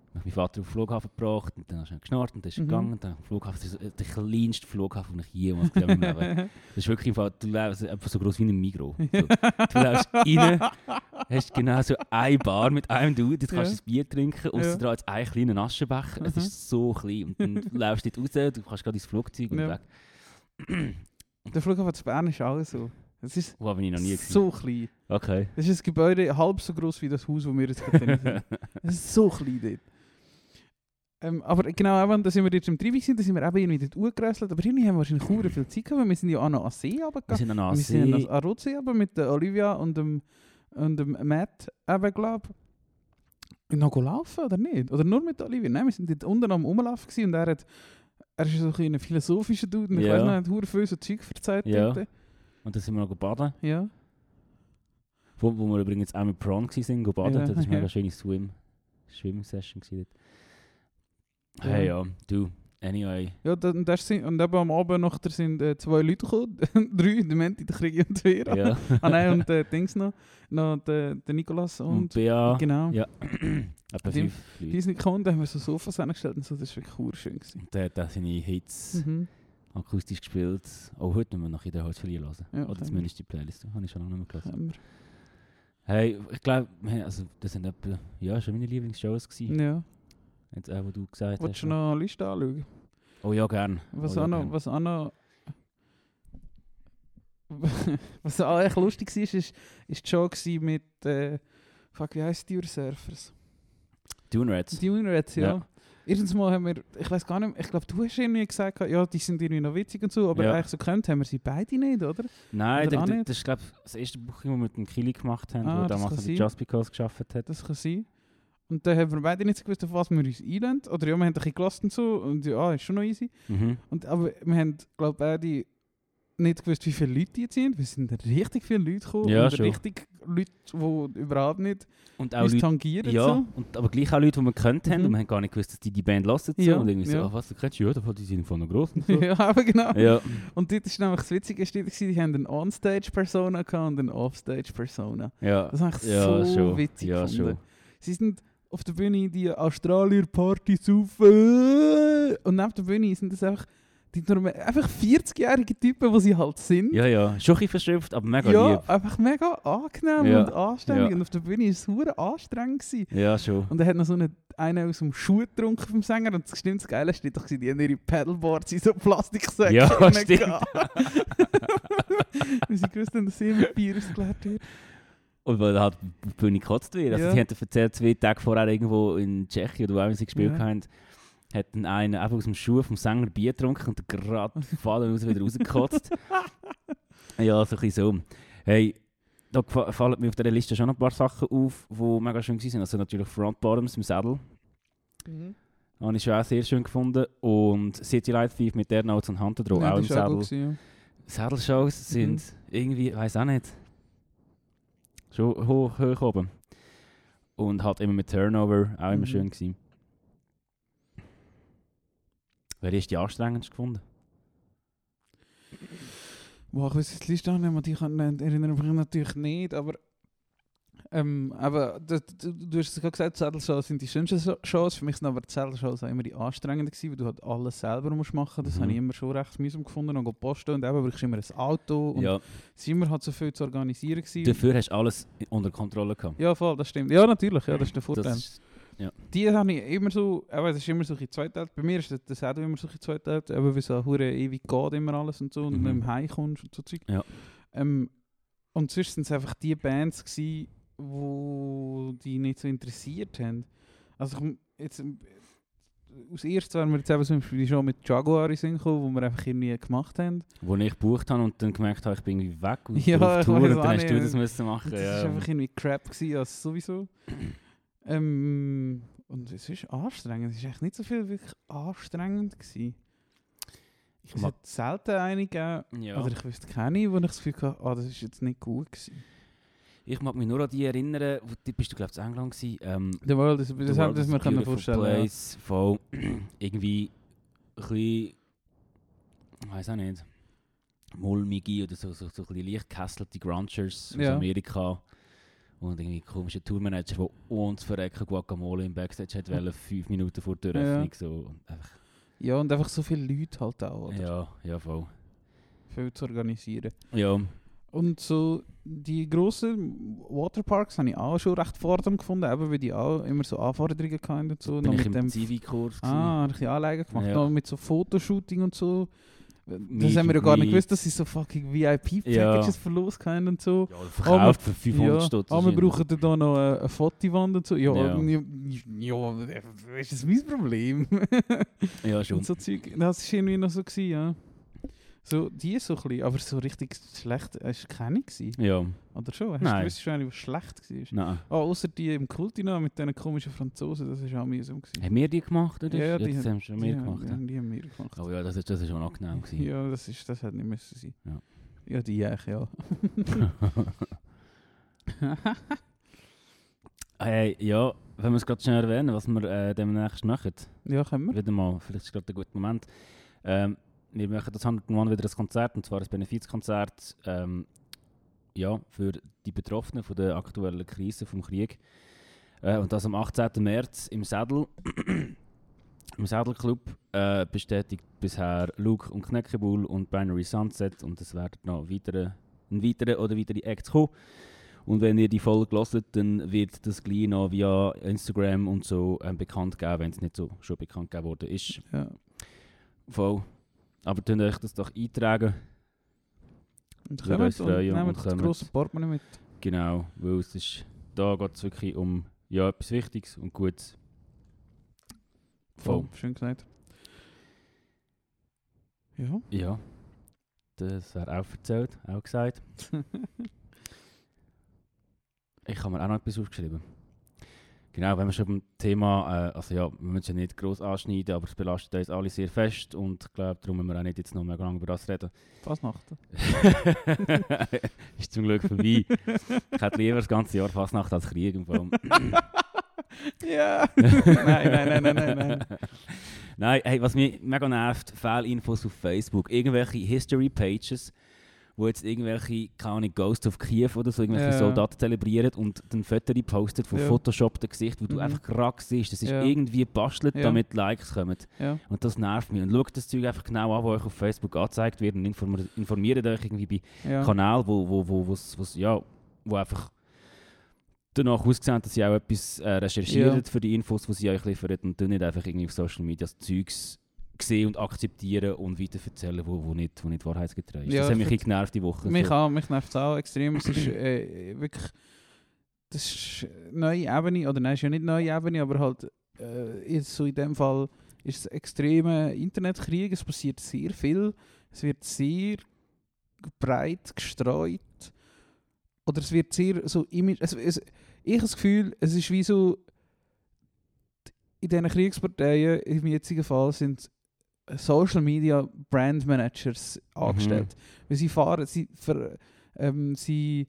Ich meinen Vater auf den Flughafen gebracht und dann hast du geschnarrt und dann ist er Mhm. gegangen. Und dann am Flughafen, das ist äh, der kleinste Flughafen, den ich jemals gesehen habe. in meinem Leben. Das ist wirklich im Fall, du läufst einfach so groß wie ein Migros. So. Du läufst rein, hast genau so eine Bar mit einem Dude, jetzt kannst du Ja. das Bier trinken und Ja. ja. jetzt einen kleinen Aschenbecher. Es Mhm. ist so klein. Und dann du läufst du dort raus, du kannst gerade ins Flugzeug und Ja. weg. Der Flughafen zu Bern ist auch so. Es ist Wo bin ich noch nie gesehen. so klein. Okay. Es ist ein Gebäude halb so groß wie das Haus, wo wir jetzt gerade drin sind. Es ist so klein dort. Ähm, aber genau, eben, da sind wir jetzt im Treibig gewesen, da sind wir eben irgendwie dort hochgeräuselt. Aber irgendwie haben wir wahrscheinlich verdammt viel Zeit gehabt, weil wir sind ja auch noch an den See Wir runtergegangen. sind dann an Wir sind ja noch See. an den Rotsee aber mit der Olivia und dem, und dem Matt eben, glaube ich. Noch laufen oder nicht? Oder nur mit der Olivia? Nein, wir sind dort unten am Rumlaufen gewesen und er hat... Er ist so ein bisschen ein philosophischer Dude und ich Ja. weiß noch, er hat verdammt viel so Zeug verzeiht Ja. dort. Und dann sind wir noch baden. Ja. Wo, wo wir übrigens auch mit Prawn waren, go baden. Ja, das war eine ja. mega schöne Swim, Swim-Session. gewesen dort. Ja. Hey, ja, du, anyway. Ja, da- und, das sind, und eben am Abend nachher sind äh, zwei Leute gekommen. Drei, der Menti, der Krigi und der Vera. Ja. Ah nein, und äh, Dings noch. Noch der, der Nikolas Und und... Bea, genau. ja. etwa Tim- fünf Die Leute. sind gekommen, da haben wir so Sofas angestellt und so. Das war wirklich urschön. gewesen. Und der hat auch seine Hits Mhm. akustisch gespielt. Auch heute müssen wir noch in der Holzfälle hören. Ja, Oder können zumindest die Playlist. Habe Oh, ich schon lange nicht mehr gehört. Haben Hey, ich glaube, also, das sind etwa, ja, schon meine Lieblingsshows wir. gewesen. Ja. Jetzt auch, wo du gesagt Hm. Wolltest hast. du noch eine Liste anschauen? Oh ja, gern. Was oh, ja, auch noch... gern. Was auch noch... was auch echt lustig war, ist, ist die Show gewesen mit... Äh, fuck, wie heisst die Surfers? Dune Rats. Die Unreds, ja. Ja. Erstens mal haben wir, ich weiß gar nicht, ich glaube, du hast irgendwie gesagt, ja, die sind irgendwie noch witzig und so, aber Ja. eigentlich so gekannt haben wir sie beide nicht, oder? Nein, Oder der, auch der, nicht? das ist glaube ich das erste Buch, das wir mit dem Kili gemacht haben, Ah, wo das damals kann noch die sein. Just Because gearbeitet hat. Das kann sein. Und dann haben wir beide nicht so gewusst, auf was wir uns einladen. Oder ja, wir haben ein bisschen gelassen und so, und ja, ist schon noch easy. Mhm. Und, aber wir haben, glaube ich, beide nicht gewusst, wie viele Leute die jetzt sind. Wir sind richtig viele Leute gekommen. Ja, und schon. richtig Leute, die überhaupt nicht Und auch uns Leute, tangieren. ja, So. und, aber gleich auch Leute, die wir gekannt haben Mhm. und wir haben gar nicht gewusst, dass die die Band hören. So. Ja, Und irgendwie ja. so, ah, was, du kennst ja, davon, die sind von noch gross und so. ja, aber genau. ja. Und dort ist nämlich das Witzige, gewesen, die haben eine On-Stage-Persona gehabt und eine Off-Stage-Persona. ja. Das habe ich ja, so schon. witzig ja, gefunden. schon. Sie sind auf der Bühne die Australier-Party saufen und neben der Bühne sind das einfach, die norma- einfach 40-jährige Typen, die sie halt sind. Ja, ja. Schon ein bisschen verschrift, aber mega Ja, lieb. einfach mega angenehm Ja. und anständig. Ja. Und auf der Bühne war es hure anstrengend. Gewesen. Ja, schon. Und er hat noch so einen, einen aus dem Schuh getrunken vom Sänger und das stimmt, das Geile war doch, gewesen, die haben ihre Paddleboards in so Plastiksäcke Ja, hineingegeben. Weil sie gewusst haben, dass sie immer Bier ausgeleert wird. Und weil halt die Bühne gekotzt wird. Also Ja. sie haben erzählt, zwei Tage vorher irgendwo in Tschechien, oder wo auch immer sie gespielt Ja. haben, hat dann einer einfach aus dem Schuh vom Sänger Bier getrunken und gerade fallen raus wieder rausgekotzt. ja, so ein bisschen so. Hey, da gefa- fallen mir auf dieser Liste schon ein paar Sachen auf, die mega schön waren. Also natürlich Front Bottoms im Sattel. Habe ich schon auch sehr schön gefunden. Und City Light Thief mit der Notes und Hunter drauf, Ja, auch im das war Sattel. gut gewesen, ja. Saddelshows sind Mhm. irgendwie, weiß auch nicht, schon hoch, hoch oben. Und halt immer mit Turnover, auch immer Mhm. schön gewesen. Wer ist die anstrengendste gefunden? Boah, ich weiß jetzt die Liste auch nicht mehr, die kann, erinnere mich natürlich nicht, aber ähm, aber du, du, du hast es gerade gesagt, Saddelshows sind die schönsten So- Shows, für mich sind aber die Saddelshows auch immer die anstrengenden gewesen, weil du halt alles selber musst machen, das Mhm. habe ich immer schon recht mühsam gefunden, und go posten und eben brauchst du immer ein Auto Oh, und ja, es war immer halt so viel zu organisieren gewesen. dafür hast du alles unter Kontrolle gehabt. Ja, voll, das stimmt. Ja, natürlich, ja, das ist der Vorteil. Das ist, die habe ich immer so, aber es ist immer so ein bisschen zweiteilt. Bei mir ist das, das auch immer so ein bisschen zweiteilt, aber weil es auch hure ewig geht immer alles und so und Mhm. mit dem Heim kommst und so Zeug. Ja. Ähm, und sonst sind es einfach die Bands gsi, wo die nicht so interessiert haben. Also ich, jetzt ähm, aus erst wären wir jetzt eben zum Beispiel schon mit Jaguar in den Sinn gekommen, wo wir einfach irgendwie gemacht haben. wo ich gebucht habe und dann gemerkt habe, ich bin irgendwie weg und Ja, auf ich Tour weiß und auch dann hast du nicht. das müssen machen. Und Das ja. war einfach irgendwie crap, gewesen, also sowieso. ähm, und es ist anstrengend. Es war echt nicht so viel wirklich anstrengend. Gewesen. Ich Es mag- hat selten eine gegeben, ja. oder ich wüsste keine, wo ich das Gefühl hatte, ah, das ist jetzt nicht gut gewesen. Ich mag mich nur an die erinnern, wo, die- bist du glaube ich in England gewesen, ähm, The World is, das The haben World is wir a können Beautiful vorstellen. ja. Place, voll irgendwie ein bisschen, ich weiß auch nicht, mulmige oder so, so, so ein bisschen leicht gehässelte Grunchers aus Ja. Amerika. Und irgendwie komische Tourmanager, der uns verrecken Guacamole im Backstage hat, wollen, fünf Minuten vor der Ja. Eröffnung. So. Und einfach, Ja, und einfach so viele Leute halt auch, oder? ja, ja, voll. Viel zu organisieren. Ja, Und so die grossen Waterparks habe ich auch schon recht fordernd gefunden, eben weil die auch immer so Anforderungen hatten und so. bin noch ich mit dem im Zivi-Kurs. Ah, richtig Anleigen gemacht. Ja. Äh, Noch mit so Fotoshooting und so. Das Meet haben wir ja and gar nicht Greet. gewusst, dass sie so fucking VIP-Packages verlost haben und so. Ja, verkauft für 500 Ah, ja. Stutz. Ah, wir brauchen da noch eine, eine Fotowand und so. Ja, Ja. ja. ja, ist das mein Problem? Ja, schon. Und so Zeug, das war irgendwie noch so, gewesen, ja. So, die so ein bisschen, aber so richtig schlecht war keine. Gewesen. Ja, Oder schon? Hast Nein. du gewusst, schon eine, die schlecht war? nein. Ah, außer die im Kultina mit diesen komischen Franzosen, das war auch mühsam. gewesen. Haben wir die gemacht? Oder? Ja, ja, die das haben- haben schon mehr die, gemacht. Haben, Ja. die haben wir gemacht. Oh ja, das ist, das ist schon angenehm. gewesen. Ja, das, ist, das hätte nicht müssen sein. Ja. ja die eigentlich, ja. hey, ja, wenn wir es gerade schnell erwähnen, was wir äh, demnächst machen, Ja, können wir. wieder mal, vielleicht ist gerade ein guter Moment. Ähm, wir machen das 101 wieder ein Konzert, und zwar ein Benefizkonzert ähm, ja, für die Betroffenen von der aktuellen Krise vom Krieg. Äh, und das am 18. März im Sädel. Im Sädelclub äh, bestätigt bisher Luke und Kneckebull und Binary Sunset und es werden noch weitere, ein weitere oder weitere Acts kommen. Und wenn ihr die Folge hört, dann wird das gleich noch via Instagram und so ähm, bekannt gegeben, wenn es nicht so schon bekannt gegeben worden ist. Ja. Voll. Aber könnt euch das doch eintragen. Und Würde kommen uns und freuen nehmen und das kommen. grosse Portemonnaie mit. Genau, weil es ist, da geht es wirklich um ja, etwas Wichtiges und Gutes. Voll. Voll. Schön gesagt. Ja. Ja. Das wäre auch erzählt, auch gesagt. ich habe mir auch noch etwas aufgeschrieben. Genau, wenn wir schon beim Thema, äh, also ja, wir müssen es ja nicht gross anschneiden, aber es belastet uns alle sehr fest und ich glaube, darum müssen wir auch nicht jetzt noch mehr lange über das reden. Fasnachten. ist zum Glück vorbei. ich hätte lieber das ganze Jahr Fasnacht als Krieg im Fall. Ja! nein, nein, nein, nein, nein, nein. Nein, hey, was mich mega nervt, Fehlinfos auf Facebook. Irgendwelche History-Pages, wo jetzt irgendwelche, keine Ahnung, Ghost of Kiew oder so, irgendwelche Ja. Soldaten zelebrieren und dann Fotos postet von Ja. Photoshop Gesicht, wo du Mhm. einfach krack siehst. Das ist Ja. irgendwie bastelt, Ja. damit Likes kommen. Ja. Und das nervt mich. Und schaut das Zeug einfach genau an, was euch auf Facebook angezeigt wird und inform- informiert euch irgendwie bei ja. Kanälen, wo, wo, wo, wo's, wo's, ja, wo einfach danach aussehen, dass sie auch etwas äh, recherchieren Ja. für die Infos, die sie euch liefern und dann nicht einfach irgendwie auf Social Media das Zeugs sehen und akzeptieren und weiterverzählen, wo, wo, nicht, wo nicht wahrheitsgetreu ist. Ja, das hat das mich ein wird- bisschen genervt die Woche. Mich so. auch, mich nervt es auch extrem. Es ist äh, wirklich. Das ist eine neue Ebene, oder nein, es ist eh, ja Oh, nicht eine neue Ebene, aber halt. Äh, jetzt so in dem Fall ist es ein extremer Internetkrieg. Es passiert sehr viel. Es wird sehr breit gestreut. Oder es wird sehr so. Image, es, es, ich habe das Gefühl, es ist wie so. In diesen Kriegsparteien, im jetzigen Fall, sind Social Media Brand Managers angestellt. Weil sie fahren, sie, ver, ähm, sie,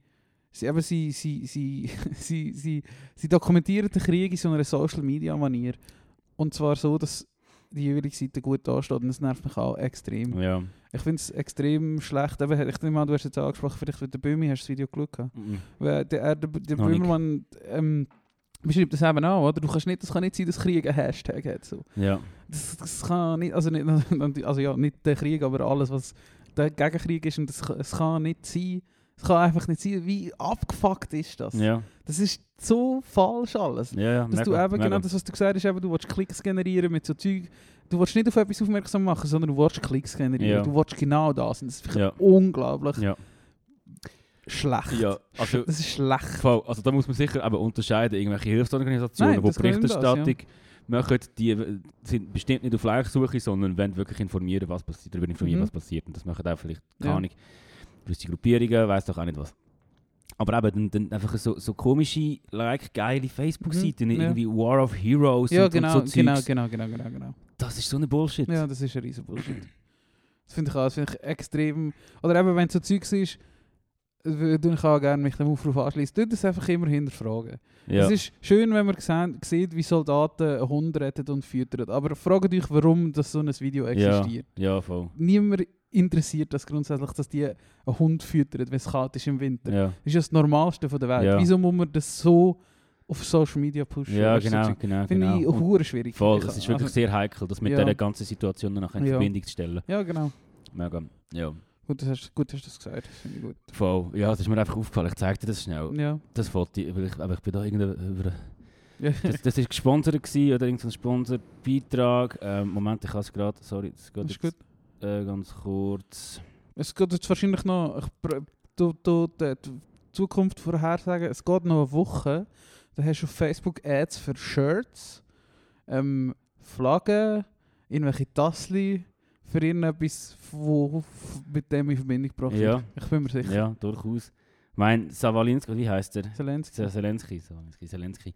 sie, eben, sie, sie, sie, sie, sie, sie dokumentieren den Krieg in so einer Social Media Manier. Und zwar so, dass die jeweilige Seite gut dasteht und das nervt mich auch extrem. Ja. Ich finde es extrem schlecht. Eben, ich nehme an, du hast jetzt angesprochen, vielleicht mit der Böhmi, hast du das Video geschaut? gehabt? Mhm. Weil der, er, der, der Noch nicht. Böhmermann ähm, beschreibt das eben auch, oder? Du kannst nicht, das kann nicht sein, dass Krieg einen Hashtag hat. So. ja. Das, das kann nicht, also, nicht, also ja, nicht der Krieg, aber alles, was der Gegenkrieg ist. Und das, kann- es kann nicht sein, es kann einfach nicht sein, wie abgefuckt ist das? Ja. Das ist so falsch alles. Ja, ja. Dass mega, du eben, mega. genau das, was du gesagt hast, eben, du willst Klicks generieren mit so Zeug. Du willst nicht auf etwas aufmerksam machen, sondern du willst Klicks generieren. Ja. Du willst genau das. Und das ist Ja. unglaublich Ja. schlecht. Ja, also, Das ist schlecht. voll, also da muss man sicher eben unterscheiden. Irgendwelche Hilfsorganisationen, Nein, die das können das, ja. Berichterstattung machen, die äh, sind bestimmt nicht auf Leichsuche, sondern wollen wirklich informieren, was passiert, darüber informieren, Mhm. was passiert. Und das machen auch vielleicht, keine Ja. Ahnung, gewisse Gruppierungen, weiss doch auch nicht was. Aber eben, dann, dann einfach so, so komische, like, geile Facebook-Seiten, Mhm, ja. irgendwie War of Heroes Ja, und, genau, und so genau, Zeugs. genau, genau, genau, genau. Das ist so eine Bullshit. Ja, das ist ein riesen Bullshit. Das finde ich auch, das finde ich extrem. Oder eben, wenn es so Zeugs ist, würde ich auch gerne mich dem Aufruf anschließen. Tut das einfach immer hinterfragen. Ja. Es ist schön, wenn man sehen, sieht, wie Soldaten einen Hund retten und füttern. Aber fragt euch, warum das so ein Video ja, existiert. ja, voll. Niemand interessiert das grundsätzlich, dass die einen Hund füttern, wenn es kalt ist im Winter. Ja, Das ist ja das Normalste von der Welt. Ja. Wieso muss man das so auf Social Media pushen? ja Weißt du, so genau, Zeug? genau, Finde genau. ich Und- auch schwierig. Voll, Ich- es ist wirklich also- sehr heikel, das mit Ja. dieser ganzen Situation dann nachher in Ja. Verbindung zu stellen. Ah, Ja, genau. Mega, ja. Gut, das hast, gut hast du das gesagt. Das finde ich gut. Voll, ja, es ist mir einfach aufgefallen, ich zeig dir das schnell. Ja. Das Foto, weil ich, aber ich bin da irgendein... Über, Ja. das, das ist gesponsert gewesen, oder irgendein Sponsorbeitrag. Ähm, Moment, ich kann es gerade, sorry, das geht Das jetzt ist gut. äh, ganz kurz. Es geht jetzt wahrscheinlich noch, ich pr- tu, tu, die die Zukunft vorhersagen, es geht noch eine Woche. Da hast du auf Facebook Ads für Shirts, ähm, Flaggen, irgendwelche Tassli, für irgendetwas, wo, f- mit dem in Verbindung gebracht wird. Ja. Ich bin mir sicher. Ja, durchaus. Ich meine, Savalinski, wie heißt er? Zelensky. Z- Zelensky, Zelensky, Zelensky.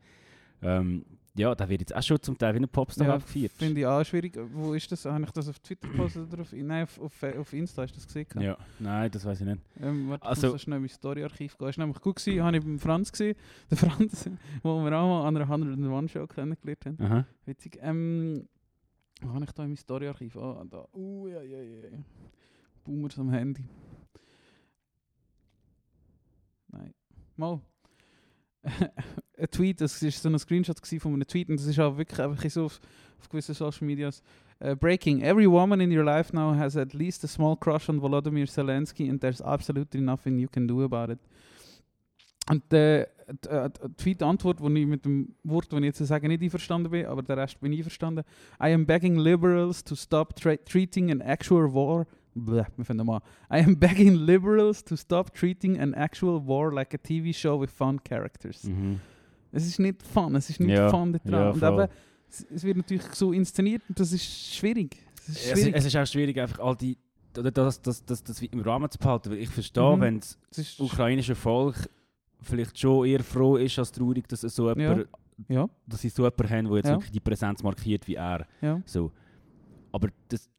Ähm, ja, der wird jetzt auch schon zum Teil wie ein Popstar Ja, abgefeiert. Finde ich auch schwierig. Wo ist das? Habe ich das auf Twitter gepostet oder auf, nein, auf, auf, auf Insta? Hast du das gesehen? Ja, nein, das weiß ich nicht. Ähm, warte, Also- also, ich muss so schnell in mein Story-Archiv gehen. Es war nämlich gut, gewesen, habe ich beim Franz gesehen. Der Franz, wo wir auch mal an einer 101-Show kennengelernt haben. Aha. Witzig. Ähm, wo habe ich da in meinem Story-Archiv? Ah, da. Uh, ja, ja, ja. ja. Boomers am Handy. Nein. Mal. ein Tweet, das war so ein Screenshot gewesen von einem Tweet und das ist auch wirklich einfach so auf, auf gewissen Social Medias. Äh, breaking. Every woman in your life now has at least a small crush on Volodymyr Zelensky and there's absolutely nothing you can do about it. Und der äh, die Tweet-Antwort, wo ich mit dem Wort, das ich jetzt sage, nicht einverstanden bin, aber der Rest bin ich einverstanden. I am begging liberals to stop tra- treating an actual war. Bleh, wir fangen mal. an. I am begging liberals to stop treating an actual war like a TV show with fun characters. Mhm. Es ist nicht fun, es ist nicht Ja, fun daran. ja, und voll. eben, es, es wird natürlich so inszeniert und das ist schwierig. Es ist Es, schwierig. es ist auch schwierig, einfach all die, oder das, das, das, das im Rahmen zu behalten. Weil ich verstehe, Mhm. wenn das Es ist, ukrainische Volk vielleicht schon eher froh ist als traurig, dass, es so jemand, ja, dass sie so jemanden haben, der jetzt Ja. wirklich die Präsenz markiert wie er. ja. So. Aber das,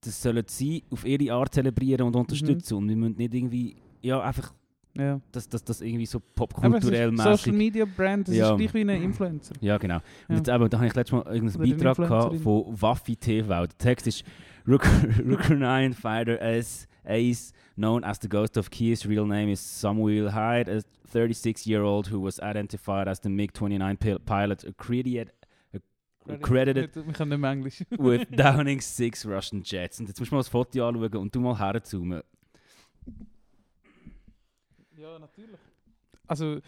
das sollen sie auf ihre Art zelebrieren Mhm. und unterstützen. Und wir müssen nicht irgendwie, ja, einfach, ja. dass das, das irgendwie so Aber es ist popkulturell Social mäßig. Media Brand, das Ja. ist gleich wie ein Influencer. Ja, genau. Und Ja. jetzt eben, da habe ich letztes Mal Oder irgendeinen eine Beitrag gehabt Influencerin. von Waffi TV. Der Text ist Rooker 9 Fighter S Ace, known as the ghost of Key's real name is Samuel Hyde, a 36-year-old who was identified as the MiG-29 pil- pilot accredited, accredited Wir können nicht mehr Englisch. with Downing 6 Russian Jets. Und jetzt musst du mal das Foto anschauen und du mal herzoomen. Ja, natürlich. Also,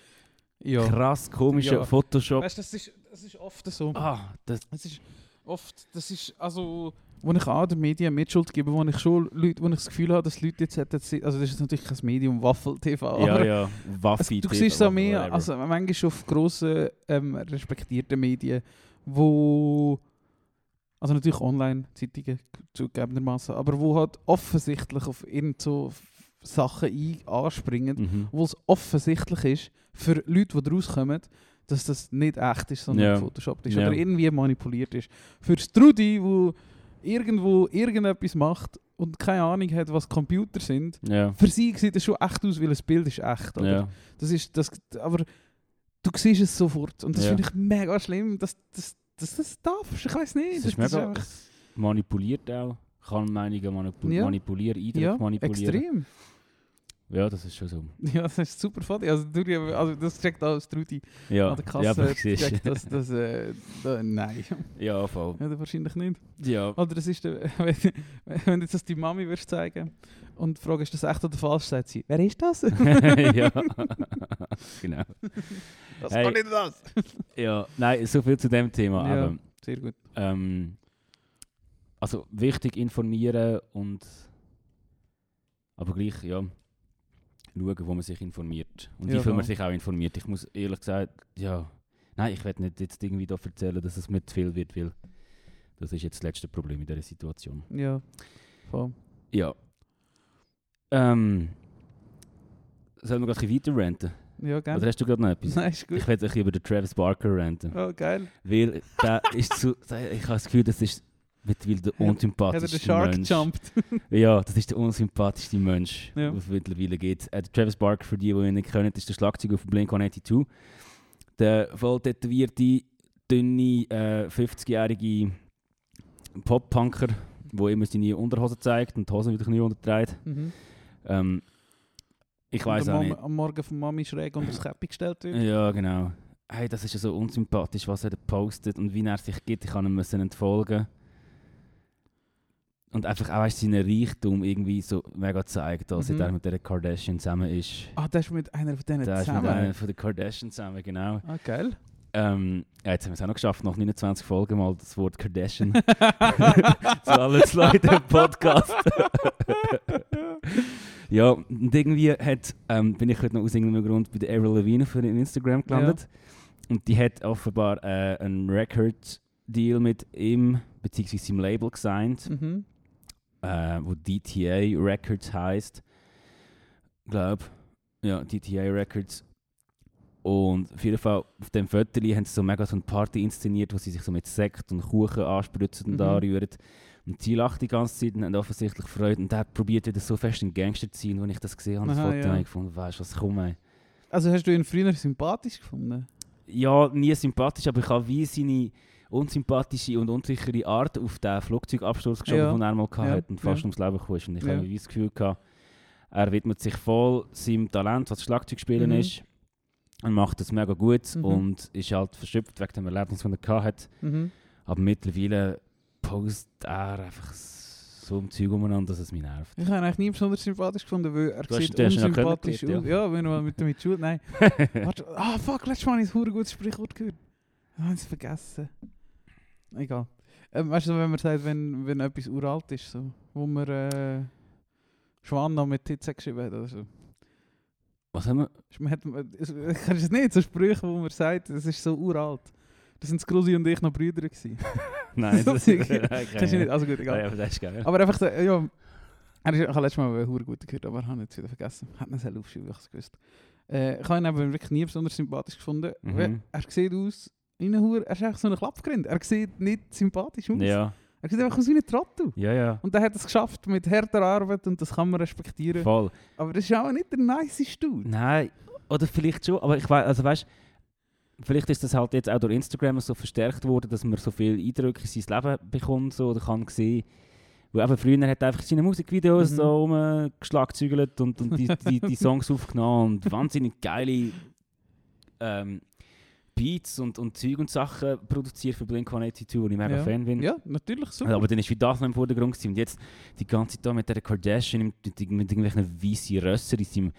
ja. Krass komischer Ja. Photoshop. Weißt du, das ist, das ist oft so. Ah, das, Es ist oft, das ist, also, wo ich auch den Medien Mitschuld gebe, wo ich schon Leute, wo ich das Gefühl habe, dass Leute jetzt hätten, sie- also das ist natürlich kein Medium, Waffel-TV, ja, aber ja, Waffi es, Also, du TV, siehst es auch whatever. mehr, also manchmal auf grossen, ähm, respektierten Medien, wo, also natürlich Online-Zeitungen zugegebenermaßen, aber wo halt offensichtlich auf irgend so Sachen ein, anspringen, Mhm. obwohl es offensichtlich ist für Leute, die daraus kommen, dass das nicht echt ist, sondern Ja. Photoshop ist Ja. oder irgendwie manipuliert ist. Für Strudi, wo irgendwo irgendetwas macht und keine Ahnung hat, was Computer sind, Ja, für sie sieht es schon echt aus, weil das Bild ist echt. Oder? ja. Das ist, das, aber du siehst es sofort und das Ja. finde ich mega schlimm, dass, dass, dass das darfst. Ich weiß nicht. Es ist das mega einfach- manipuliert auch. Kann Meinungen manipul Ja. manipulieren, Eindrücke ja, manipulieren. extrem. Ja, das ist schon so. Ja, das ist super funny. Also, Strudi- also das checkt auch Strudi. Ja, an der ja, Kasse aber siehst- checkt, dass das, äh, da, nein, ja, voll. ja, da wahrscheinlich nicht. Ja, Oder es ist, der, wenn, wenn du jetzt das deiner Mami würdest zeigen und die Frage ist das echt oder falsch, sagt sie, wer ist das? das ja. genau. Hey. kann nicht das. Ja, nein, so viel zu dem Thema. Ja. Aber, Sehr gut. ähm, also wichtig informieren und aber gleich ja schauen, wo man sich informiert und Ja, wie viel man genau. sich auch informiert. Ich muss ehrlich gesagt, ja, nein, ich werde nicht jetzt irgendwie da erzählen, dass es mir zu viel wird, weil das ist jetzt das letzte Problem in dieser Situation. Ja. Voll. Ja. Ähm, sollen wir gleich ein bisschen weiter ranten? Ja, Oder gerne. hast du gerade noch etwas? Nein, ist gut. Ich werde ein bisschen über den Travis Barker ranten. Oh, geil. Weil der ist zu. der- Ich habe das Gefühl, das ist mittlerweile der Hat- Hat er den unsympathischste Shark Mensch. jumped? Ja, das ist der unsympathischste Mensch, Ja. den es mittlerweile gibt. Äh, der Travis Barker, für die, die ihn nicht kennen, ist der Schlagzeuger von Blink-182. Der voll tätowierte, dünne, äh, 50-jährige Pop-Punker, der immer seine Unterhose zeigt und die Hosen wieder nie unterträgt. Mhm. Ähm, ich weiß Und auch am, nicht. Mom- am Morgen von Mami schräg unter das Käppi gestellt wird. Ja, genau. Hey, das ist ja so unsympathisch, was er da postet und wie er sich gibt. Ich kann ihm müssen entfolgen. Und einfach auch weißt, seinen Reichtum irgendwie so mega zeigt, dass Mhm. er mit der Kardashian zusammen ist. Ah, der ist mit einer von denen Der ist mit zusammen. einer von der Kardashian zusammen, genau. Ah, geil. Ähm, ja, jetzt haben wir es auch noch geschafft, nach 29 Folgen mal das Wort Kardashian zu allen Leuten im Podcast. ja, und irgendwie hat, ähm, bin ich heute noch aus irgendeinem Grund bei der Avril Lavigne für Instagram gelandet. Und die hat offenbar äh, einen Record-Deal mit ihm, beziehungsweise seinem Label gesigned. Mhm. äh, wo DTA Records heißt. Glaub. Ja, DTA Records. Und auf jeden Fall, auf dem Foto haben sie so mega so eine Party inszeniert, wo sie sich so mit Sekt und Kuchen anspritzen und Mhm. anrühren. Und sie lacht die ganze Zeit und hat offensichtlich Freude. Und der probiert wieder so fest ein Gangster zu sein. Und als ich das gesehen habe, das Aha, Foto, ja. habe ich gefunden, weißt du, was kommt, ey. Also hast du ihn früher sympathisch gefunden? Ja, nie sympathisch, aber ich habe wie seine unsympathische und unsichere Art auf den Flugzeugabsturz geschoben, Ja. den er mal Ja, hatte und fast ja. ums Leben gekommen ist. Und ich Ja. habe wie das Gefühl, gehabt, er widmet sich voll seinem Talent, was Schlagzeugspielen Mhm. ist. Er macht das mega gut Mhm. und ist halt verschüpft wegen dem Erlebnis, das er hatte. Mhm. Aber mittlerweile postet er einfach so um Zeug umeinander, dass es mich nervt. Ich habe ihn eigentlich nie besonders sympathisch gefunden, weil er Du hast- sieht du hast ihn auch unsympathisch kennengelernt, aus. Ja, wenn man mit dem Schuhe... Nein. Warte, ah, fuck, letztes Mal habe ich ein verdammt gutes Sprichwort gehört. Ich habe es vergessen. Egal. Ähm, weißt du, wenn man sagt, wenn, wenn etwas uralt ist, so, wo man äh, Schwan noch mit Titze geschrieben hat oder so. Was haben wir? Man hat, man- es- ich kann es nicht, so Sprüche, wo man sagt, es ist so uralt. Das sind Skrusi und ich noch Brüder gewesen. Nein, Das nein, ist- Kennst du nicht? Also gut, egal. Nein, aber das ist geil. Aber einfach so, ja. Er ist, ich habe letztes Mal einen gut gehört, aber ich habe ihn jetzt wieder vergessen. Ich hätte ihn selber aufschreiben, ich habe es gewusst. Äh, ich habe ihn eben wirklich nie besonders sympathisch gefunden. Mhm. weil Er sieht aus wie ein Hure, er ist echt so ein Klappgrind. Er sieht nicht sympathisch aus. Ja, Er sieht einfach aus wie ein Trottel. ja, ja. Und äh, er hat es geschafft mit härter Arbeit und das kann man respektieren. Voll. Aber das ist auch nicht der nice Dude. Nein, oder vielleicht schon, aber ich weiß, also weißt, vielleicht ist das halt jetzt auch durch Instagram so verstärkt worden, dass man so viel Eindrücke in sein Leben bekommt so, oder kann sehen. Weil eben früher hat er einfach seine Musikvideos Mhm. so rumgeschlagzügelt und, und die, die, die Songs aufgenommen und wahnsinnig geile ähm, Beats und, und Zeug und Sachen produziert für Blink-182, wo ich mega Ja. Fan bin. Ja, natürlich so. Mhm. Ja, Also, Aber dann ist wie das noch im Vordergrund gewesen. und jetzt die ganze Zeit da mit der Kardashian mit, mit, mit irgendwelchen weißen Rösser in seinem,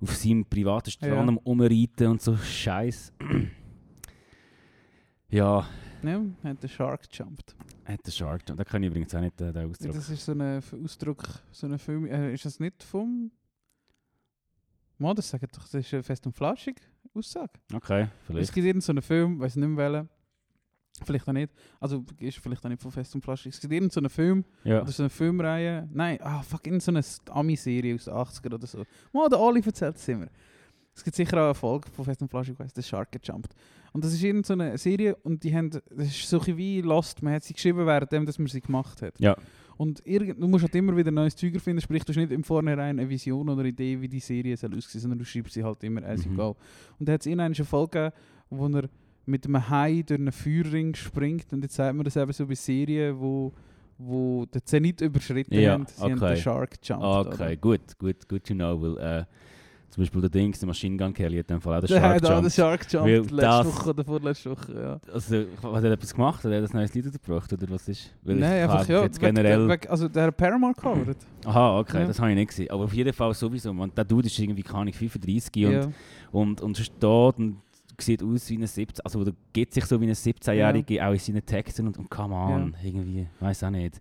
auf seinem privaten Strand Ja. am Umreiten und so Scheiß. ja, Ja, hat den Shark gejumpt. hat der Shark. Da kann ich übrigens auch nicht äh, den Ausdruck. Das ist so ein F- Ausdruck, so ein Film. Äh, ist das nicht vom. Mann, das sagt doch, das ist eine fest und flauschig Aussage. Okay, Es vielleicht. gibt irgendeinen Film, weiß nicht mehr welchen. Vielleicht auch nicht. Also ist vielleicht auch nicht von Fest und Flauschig. Es gibt irgendeinen Film Ja. oder so eine Filmreihe. Nein, ah fuck, irgendeine S- Ami-Serie aus den 80ern oder so. Mann, der Oli erzählt es immer. Es gibt sicher auch eine Folge von Fest und Flauschig, weiss, der Shark gejumpt. Und das ist irgendeine Serie und die haben, das ist so ein bisschen wie Lost. Man hat sie geschrieben währenddem, dass man sie gemacht hat. Ja. Und irgend, du musst halt immer wieder neues Zeug finden, sprich, du hast nicht im Vornherein eine Vision oder Idee, wie die Serie soll aussehen, sondern du schreibst sie halt immer as you Mhm. go. Und da hat es irgendeine Folge, gegeben, wo er mit einem Hai durch einen Feuerring springt und jetzt sagt man das eben so bei Serien, wo, wo der Zenit überschritten Ja, haben, sie haben okay. den Shark Jump. Okay, gut, gut, good to know. Weil, äh, zum Beispiel der Dings, der Machine Gun Kelly, hat in dem Fall auch den Der Shark hat auch den Jump. Shark Jump Weil letzte das- Woche oder vorletzte Woche, ja. Also, hat er etwas gemacht? Hat er das neues Lied gebracht? Oder was ist? Weil ich Nein, einfach hab ja. Jetzt wegen- generell wegen- also der hat Paramore covered. Aha, okay, Ja. das habe ich nicht gesehen. Aber auf jeden Fall sowieso, man, der Dude ist irgendwie, keine Ahnung, 35 und, Ja. und, und steht und sieht aus wie ein 17, also oder geht sich so wie ein 17-Jähriger, auch in seinen Texten und, und come on, irgendwie, weiß auch nicht.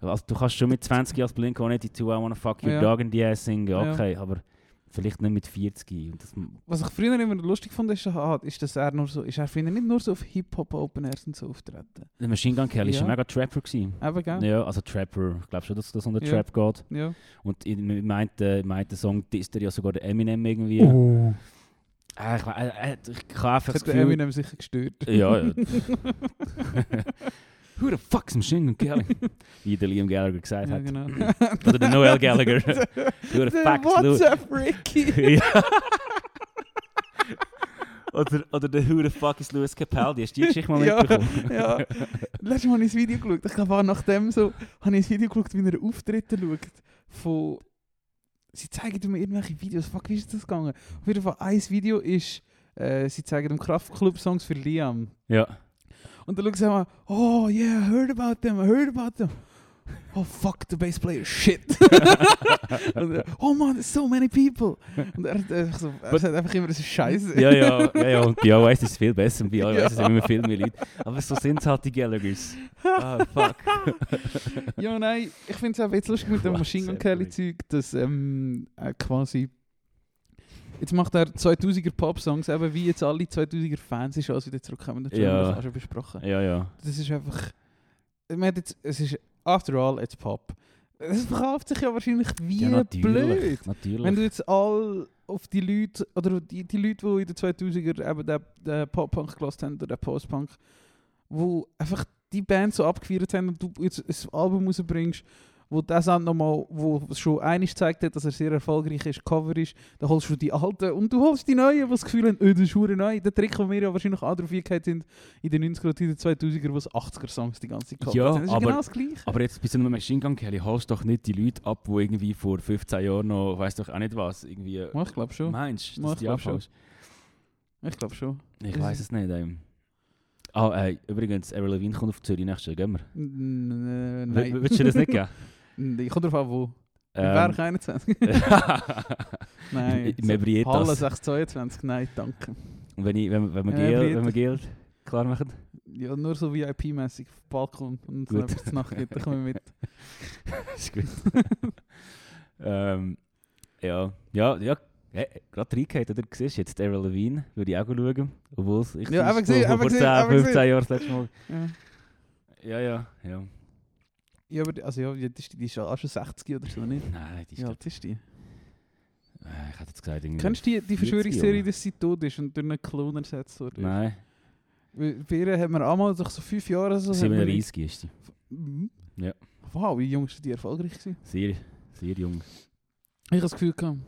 Also du kannst schon mit 20 als Blink auch nicht die 2 I wanna fuck your Ja. dog in the ass singen, Ja. okay, aber vielleicht nicht mit 40. Und das, Was ich früher immer lustig fand, ist, ah, ist dass er nur so, ist er früher nicht nur so auf Hip-Hop Open Airs und so auftreten. der Machine Gun Kelly war Ja. ein mega Trapper. Gewesen. Eben, Ja. gell? Ja. also Trapper, ich glaube schon, dass das unter Ja. Trap geht. ja. Und in meinte, meinte Song disst er ja sogar den Eminem irgendwie. Oh. Ah, Ich, we- äh, äh, ich kann einfach das Das hat der Gefühl... Eminem sicher gestört. Ja, ja. Who the fuck's Machine Gun Kelly? Wie der Liam Gallagher gesagt ja, hat. genau. Oder der Noel Gallagher. Who the Der fuck's What's Louis... up, Ricky? Ja. oder, oder der Who the fuck is Louis Capaldi? Hast du die Geschichte mal Ja. mitbekommen? ja. Letztes Mal habe ich ein Video geschaut. Ich glaube, nachdem so, habe ich ein Video geschaut, wie er Auftritte schaut. Von... Sie zeigen mir irgendwelche Videos. Fuck, wie ist das gegangen? Auf jeden Fall, ein Video ist, äh, sie zeigen ihm Kraftclub-Songs für Liam. Ja. Und dann schaut sie mal, oh yeah, I heard about them, I heard about them. oh fuck, the bass player, shit. und, er, oh man, there's so many people. Und er, hat einfach so, er But- sagt einfach immer, das ist scheiße. Ja, ja, ja, ja. Und bei iOS ist es viel besser. Bei iOS Ja. sind immer viel mehr Leute. Aber so sind halt die Gallagher's. Ah, fuck. ja, nein, ich finde es auch jetzt lustig mit dem Wow, Machine Gun sehr Kelly Zeug, dass ähm, äh, quasi. Jetzt macht er 2000er Pop-Songs, eben wie jetzt alle 2000er Fans ist, als wieder zurückkommen. Das Ja. haben wir schon besprochen. Ja, ja. Das ist einfach. Man hat jetzt, es ist, after all, it's Pop. Es verkauft sich ja wahrscheinlich wie ja, blöd. natürlich. Wenn Natürlich. du jetzt all auf die Leute, oder die, die Leute, die in den 2000er eben den, den Pop-Punk gelost haben oder den Post-Punk, wo einfach die Band so abgefeiert haben und du jetzt ein Album rausbringst, wo der Sound nochmal, wo es schon einiges gezeigt hat, dass er sehr erfolgreich ist, Cover ist, dann holst du die alten und du holst die neuen, die das Gefühl haben, oh, das ist verdammt neu. Der Trick, den wir ja wahrscheinlich auch drauf eingehauen sind, in den 90er und in den 2000er, wo es 80er-Songs die ganze Zeit gehabt Ja, haben. Das ist aber- genau das Gleiche. Aber jetzt bei so einem Machine Gun Kelly holst du doch nicht die Leute ab, die irgendwie vor 15 Jahren noch, weiß doch auch nicht was, irgendwie. eh, Ja, ich glaube schon. Meinst du, Mach, dass die glaub schon. abholst? Ich glaube schon. Ich Das weiß ist- es nicht. Ähm. Ah, äh, übrigens, Avril Lavigne kommt auf Zürich nächstes Jahr, gehen wir. N- n- Nein. Nein. Würdest du dir das nicht geben? Ich komme darauf an, wo. Ähm, Berg 21. In- Nein. in Membrietas. Halle 622, nein, danke. Und wenn, ich, wenn, wenn wir Ja, Geld, Briet. wenn wir Geld klar machen? Ja, nur so VIP-mäßig auf den Balkon und wenn Gut. es Nacht gibt, dann kommen wir mit. ist gut. ähm, ja, ja, ja. Hey, gerade reingehauen, oder? Siehst du jetzt Avril Lavigne, würde ich auch schauen. Obwohl es- ich Ja, sie aber gesehen, vor- aber vor gesehen, 10, aber gesehen. 15 Jahren das letzte Mal. Ja. Ja, ja, ja. ja, aber die- also ja, die ist, die ist ja auch schon 60 oder so, nicht? Nein, die ist Ja, doch- das ist die. Äh, Ich hätte jetzt gesagt, irgendwie. Kennst du die, die 40 Verschwörungstheorie, Jahre. dass sie tot ist und durch einen Klon ersetzt wurde? Nein, Weil Bei ihr hat man einmal durch so fünf Jahre oder so... hat man- 37 ist sie. Mhm. Ja. Wow, wie jung ist die erfolgreich gewesen? Sehr, sehr jung. Ich habe das Gefühl gehabt,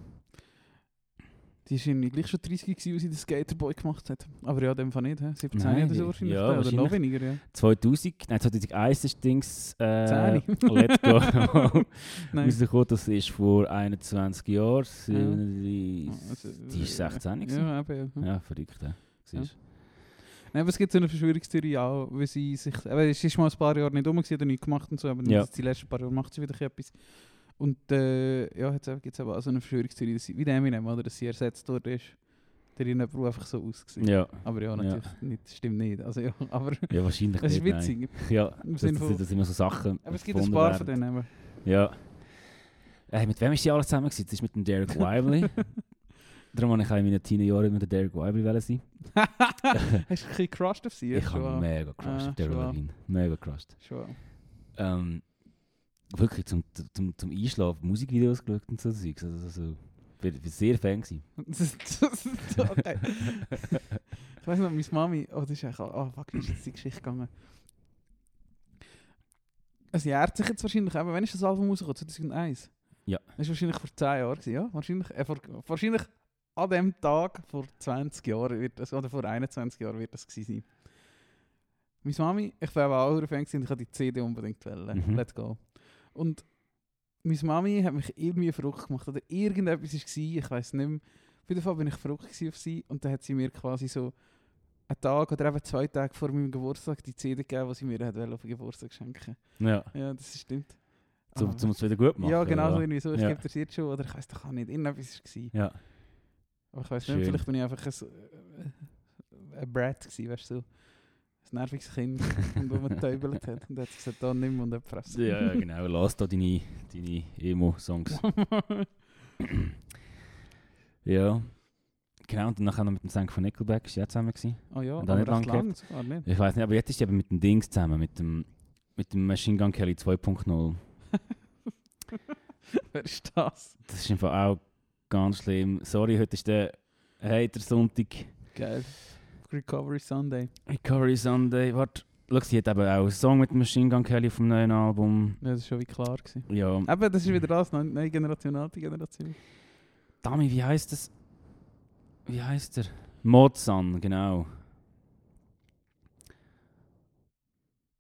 die war irgendwie gleich schon 30 gewesen, als sie den Skaterboy gemacht hat. Aber ja, dem Fall nicht, hä? 17 Nein, oder die- so wahrscheinlich. ja, oder noch wahrscheinlich. weniger, ja. 2000, nein, 2001 ist Dings. Äh, Zehni. Let's go. Nein. Rausgekommen, das ist vor 21 Jahren. Ja, 37. also, Die ist 16 gewesen. Ja, eben. Ja. Ja, verrückt, ja. Siehst Nein, aber es gibt so eine Verschwörungstheorie auch, weil sie sich... Eben, sie ist mal ein paar Jahre nicht rum, gewesen, hat nichts gemacht und so, aber Ja. jetzt die letzten paar Jahre macht sie wieder etwas. Und äh, ja, jetzt gibt es eben auch so eine Verschwörungstheorie, dass sie, wie der Eminem, oder, dass sie ersetzt worden ist. Der in Beruf einfach so du? ausgesehen. Ja, Aber ja, natürlich, Nicht, stimmt nicht. Also ja, aber ja wahrscheinlich es ist nicht. nein. witzig. Ja, Im das, Sinne das, von- das sind immer so Sachen. Aber es gibt ein gefunden paar von werden. denen. Aber. Ja. Ey, mit wem ist die alles zusammen? gewesen? Das ist mit dem Derek Lively. Darum wollte ich auch in meinen Teenagerjahren mit dem Derek Lively wollen sein. Hast du ein bisschen crushed auf sie? ich Schon habe auch. mega crushed Ah, auf Derek schon. Levine. Mega crushed. Schon auch. Ähm, wirklich zum, zum, zum Einschlafen Musikvideos geschaut und so Zeugs. Also, also, bin, bin sehr Fan gewesen. Das- das- das- okay. Ich weiß noch, meine Mami, oh, das ist echt, oh, fuck, wie ist jetzt die Geschichte gegangen? Es jährt sich jetzt wahrscheinlich, aber wenn ist das Album rausgekommen? 2001? Ja. Das war wahrscheinlich vor 10 Jahren, gewesen, ja? Wahrscheinlich, äh, vor, wahrscheinlich an dem Tag vor 20 Jahren wird das, oder vor 21 Jahren wird das gewesen sein. Meine Mami, ich war eben auch ein Fan gewesen und ich habe die CD unbedingt wollen. Mhm. Let's go. Und meine Mami hat mich irgendwie verrückt gemacht oder irgendetwas war, ich weiß nicht mehr. Auf jeden Fall bin ich verrückt gewesen auf sie und dann hat sie mir quasi so einen Tag oder eben zwei Tage vor meinem Geburtstag die CD gegeben, die sie mir hat wollte auf den Geburtstag schenken. Ja. Ja, dus das ist stimmt. Zum, Ah. zum es wieder gut machen. ja, genau so oder? irgendwie so. Ich eh, Ja. gebe dir jetzt schon oder ich weiß doch auch nicht, irgendetwas war es. Ja. Aber ich weiß nicht, Schön. vielleicht bin ich einfach ein, äh, ein Brat gewesen, weißt du, so. ein nerviges Kind, und wo man getäubelt hat und hat sie gesagt, da nimm und erpressen. ja, ja, genau. Lass da deine, deine Emo-Songs. Ja. Genau, und dann nachher noch mit dem Sänger von Nickelback ist ja zusammen gewesen. oh ja, Und dann aber nicht lang recht lang Oh, sogar, nicht? Ich weiß nicht, aber jetzt ist sie eben mit dem Dings zusammen, mit dem, mit dem Machine Gun Kelly 2.0. Wer ist das? Das ist einfach auch ganz schlimm. Sorry, heute ist der Hater Sonntag. Geil. Recovery Sunday. Recovery Sunday. Warte, schau, sie hat eben auch einen Song mit dem Machine Gun Kelly auf dem neuen Album. Ja, das war schon wie klar. Gewesen. Ja. Eben, das ist wieder das, ne- neue Generation, alte Generation. Dami, wie heißt das? Wie heißt der? Modsan, genau.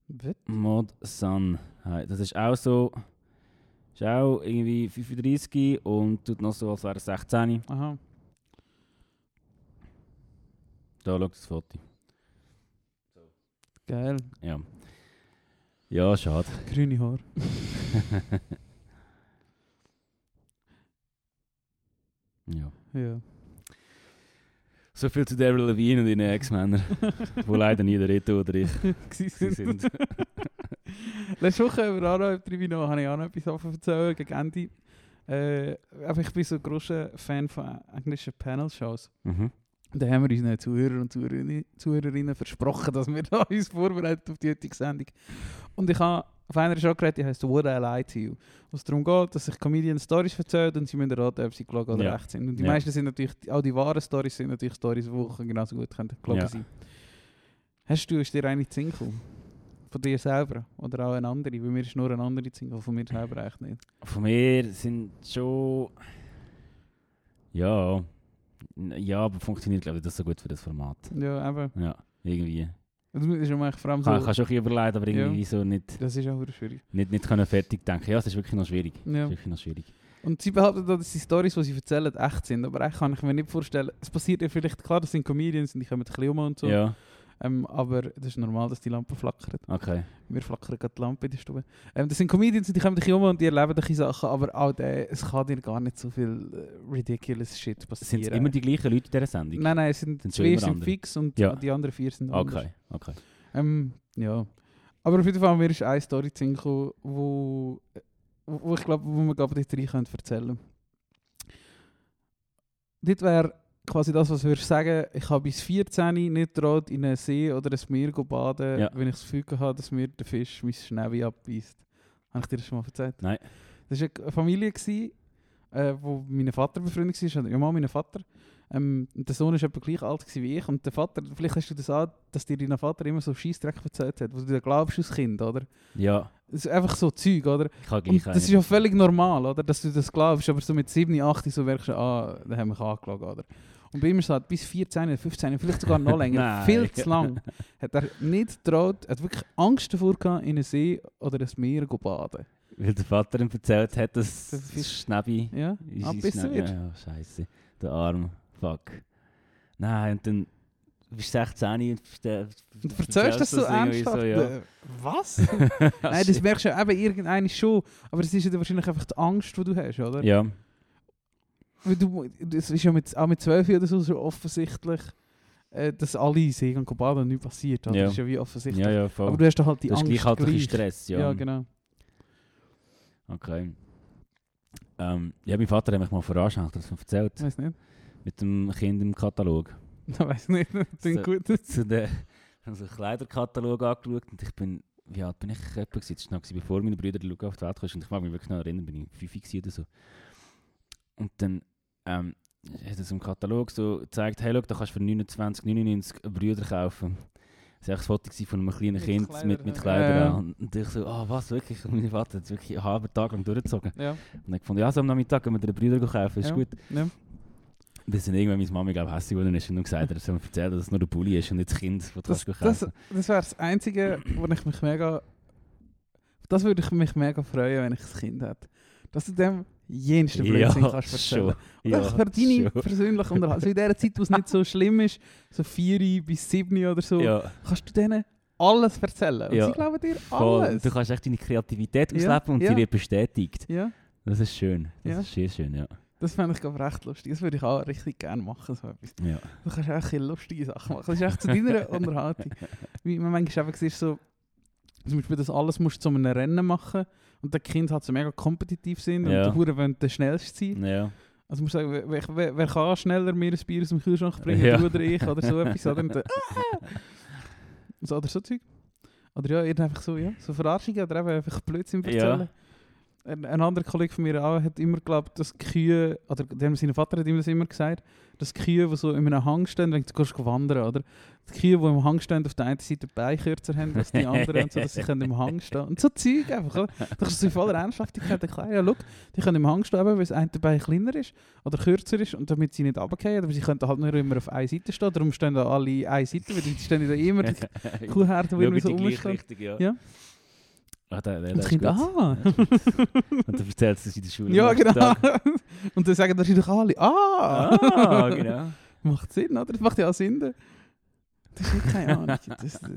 What? Mod Sun. Hi. Das ist auch so. Ist auch irgendwie 35 und tut noch so, als wäre er 16. Aha. Da schau das Foto. Geil. Ja. Ja, schade. Grüne Haar. ja. Ja. So viel zu Daryl Levine und ihren Ex-Männern, wo leider nie der Reto oder ich sie Gewesen sind. sind. Letzte Woche über Ara im Tribunal habe ich auch noch etwas davon erzählen, gegen Ende. Äh, aber ich bin so ein grosser Fan von englischen Panel-Shows. Mhm. Da haben wir unseren Zuhörer und Zuhörerinnen, Zuhörerinnen versprochen, dass wir da uns vorbereiten auf die heutige Sendung. Und ich habe auf einer Show geredet, die heisst «Would I Lie to You?» wo es darum geht, dass sich Comedians Stories erzählen und sie müssen raten, ob sie gelogen oder Ja. recht sind. Und die Ja. meisten sind natürlich, auch die wahren Stories sind natürlich Stories, die genauso gut können gelogen Ja. sein Hast du, ist dir eine Zinkel? Von dir selber? Oder auch eine andere? Bei mir ist nur eine andere Zinkel, von mir selber eigentlich nicht. Von mir sind schon. Ja. Ja, aber funktioniert, glaube ich, das so gut für das Format. Ja, aber Ja, irgendwie. das ist ja vor allem Ich kann, so... kann schon ein bisschen überleiten, aber irgendwie so nicht, Das ist auch schwierig. nicht, nicht können fertig denken. Ja, es ist wirklich noch schwierig. Es Ja. ist wirklich noch schwierig. Und sie behaupten, auch, dass die Stories, die sie erzählen, echt sind. Aber eigentlich kann ich mir nicht vorstellen, es passiert ja vielleicht, klar, das sind Comedians und die kommen ein bisschen um und so. Ja, Ah. Ähm, aber das ist normal, dass die Lampe flackert. okay. Wir flackern gerade die Lampe in der Stube. Ähm, das sind Comedians und die kommen ein bisschen um und die erleben ein bisschen Sachen. Aber auch der, es kann dir gar nicht so viel äh, ridiculous shit passieren. Sind es immer die gleichen Leute in dieser Sendung? Nein, nein, es sind, Sind schon zwei immer sind andere. fix und Ja. Ah, die anderen vier sind anders. Okay, okay. Ähm, ja. Aber auf jeden Fall, mir ist eine Story zu Sinn gekommen, wo, wo ich glaube, wo wir gerade dort rein können erzählen Dit wäre quasi das, was würdest sagen, ich habe bis 14 nicht traut, in einen See oder ein Meer go baden, Ja. wenn ich das Gefühl hatte, dass mir der Fisch mein Schnäbi abbeißt. Habe ich dir das schon mal erzählt? Nein. Das war eine Familie, die äh, wo mein Vater befreundet war, ja, mal mein Vater. Ähm, und der Sohn war etwa gleich alt gewesen wie ich. Und der Vater, vielleicht hast du das auch, dass dir dein Vater immer so Scheissdreck erzählt hat, wo du da glaubst als Kind, oder? Ja, Das ist einfach so Zeug, oder? ich kann Und gleich das ist ja völlig normal, oder? Dass du das glaubst, aber so mit 7, 8 so merkst du, ah, da haben wir mich angelogen, oder? Und bei ihm ist es halt bis 14, oder 15, vielleicht sogar noch länger, Nein. viel zu lang, hat er nicht getraut, hat wirklich Angst davor gehabt, in einen See oder ein Meer zu baden. Weil der Vater ihm erzählt hat, dass Das ist- das Schnäbi... Ja? Ist- ist Abbissen Schnäbi- wird. Ja, ja, scheisse. Der Arm. Fuck. Nou, Nein, und dann... Du bist 16 und... verste- Und verzählst das so irgendwie ernsthaft? ja. Äh, Was? Nein, das merkst du ja eben irgendeine schon. Aber es ist ja dann wahrscheinlich einfach die Angst, die du hast, oder? Ja. Weil Du, das ist ja mit, auch mit 12 oder so, so offensichtlich, äh, dass alle sehen und Kobada nichts passiert. Oder? Ja. Das ist ja wie offensichtlich. ja, Dus ja, voll. Aber du hast doch halt die das ist Angst. gleich halt ein bisschen gleich. Stress, ja. ja. genau. Okay. Ähm, ja, mein Vater hat mich mal veranschaulicht, das hat mir erzählt. Weiß nicht. Mit dem Kind im Katalog. Weiß nicht. Klingt So. gut. Zu der, also einen Kleiderkatalog angeschaut und ich bin, wie alt bin ich etwa gewesen? Das war noch gewesen, bevor meine Brüder Luca auf die Welt kamen. Und ich mag mich wirklich noch erinnern, bin ich fünf gewesen oder so. Und dann ähm, hat er so im Katalog so gezeigt, hey, schau, da kannst du für 29, 99 Brüder kaufen. Das war eigentlich das Foto gewesen von einem kleinen Kind Mit Kleidern, mit, mit ja. Kleidern Ja, ja. an. Und ich so, ah was, wirklich? Und mein Vater hat es wirklich einen halben Tag lang durchgezogen. Ja. Und ich fand, ja, so am Nachmittag können wir den Brüder kaufen, ist ja. gut. Ja. Bis dann irgendwann meine Mama, glaube ich, hässlich geworden ist und dann gesagt hat, sie soll mir erzählen, dass es nur der Bulli ist und nicht das Kind, das du das, Das, das, kaufen das wäre das Einzige, wo ich mich mega. Das würde ich mich mega freuen, wenn ich ein Kind hätte. Dass du dem jensten Blödsinn kannst erzählen. schon. Ja, für deine persönliche Unterhaltung. Also in dieser Zeit, wo es nicht so schlimm ist, so 4 bis 7 oder so, Ja, kannst du denen alles erzählen. Und Ja. sie glauben dir voll. alles. Du kannst echt deine Kreativität Ja, ausleben und ja. sie wird bestätigt. Ja, Das ist schön. Das Ja. ist sehr schön, ja. das fände ich glaub, recht lustig. Das würde ich auch richtig gerne machen. So etwas. ja. Du kannst auch ein bisschen lustige Sachen machen. Das ist echt zu deiner Unterhaltung. Wie man manchmal eben sieht, so, zum Beispiel das alles musst du zu einem Rennen machen und der Kind hat so mega kompetitiv sind Ja. und die Huren wollen der schnellste sein. ja. Also muss sagen, wer, wer, wer kann schneller mir ein Bier aus dem Kühlschrank bringen, Ja. du oder ich, oder so etwas, oder? Und dann, ah! so, oder so Zeug. Oder ja, ihr einfach so, ja, so Verarschungen oder eben einfach Blödsinn Ja. erzählen. Ein, ein anderer Kollege von mir auch hat immer geglaubt, dass die Kühe, oder der sein Vater hat ihm das immer gesagt, dass die Kühe, die so in einem Hang stehen, wenn du gehst wandern, oder? Die Kühe, die im Hang stehen, auf der einen Seite die Beine kürzer haben als die anderen, und so, dass sie können im Hang stehen Und so Zeug einfach, oder? Da kannst du in voller Ernsthaftigkeit erklären, ja, schau, die können im Hang stehen, eben, weil das eine Bein kleiner ist oder kürzer ist und damit sie nicht runterfallen. Aber sie können halt nur immer auf einer Seite stehen, darum stehen da alle eine Seite, weil die stehen da immer die Kuhherde, die Schau in die irgendwie so gleiche rumstehen. Richtung, ja. Ja. Ah, der, der, der Und das ist Kind, gut. ah, Ja, ist gut. Und du erzählst es in der Schule. ja am nächsten genau. Tag. Und dann sagen wahrscheinlich alle, ah. Ah, genau. Macht Sinn, oder? Das macht ja auch Sinn. Das ist wirklich keine Ahnung. Das,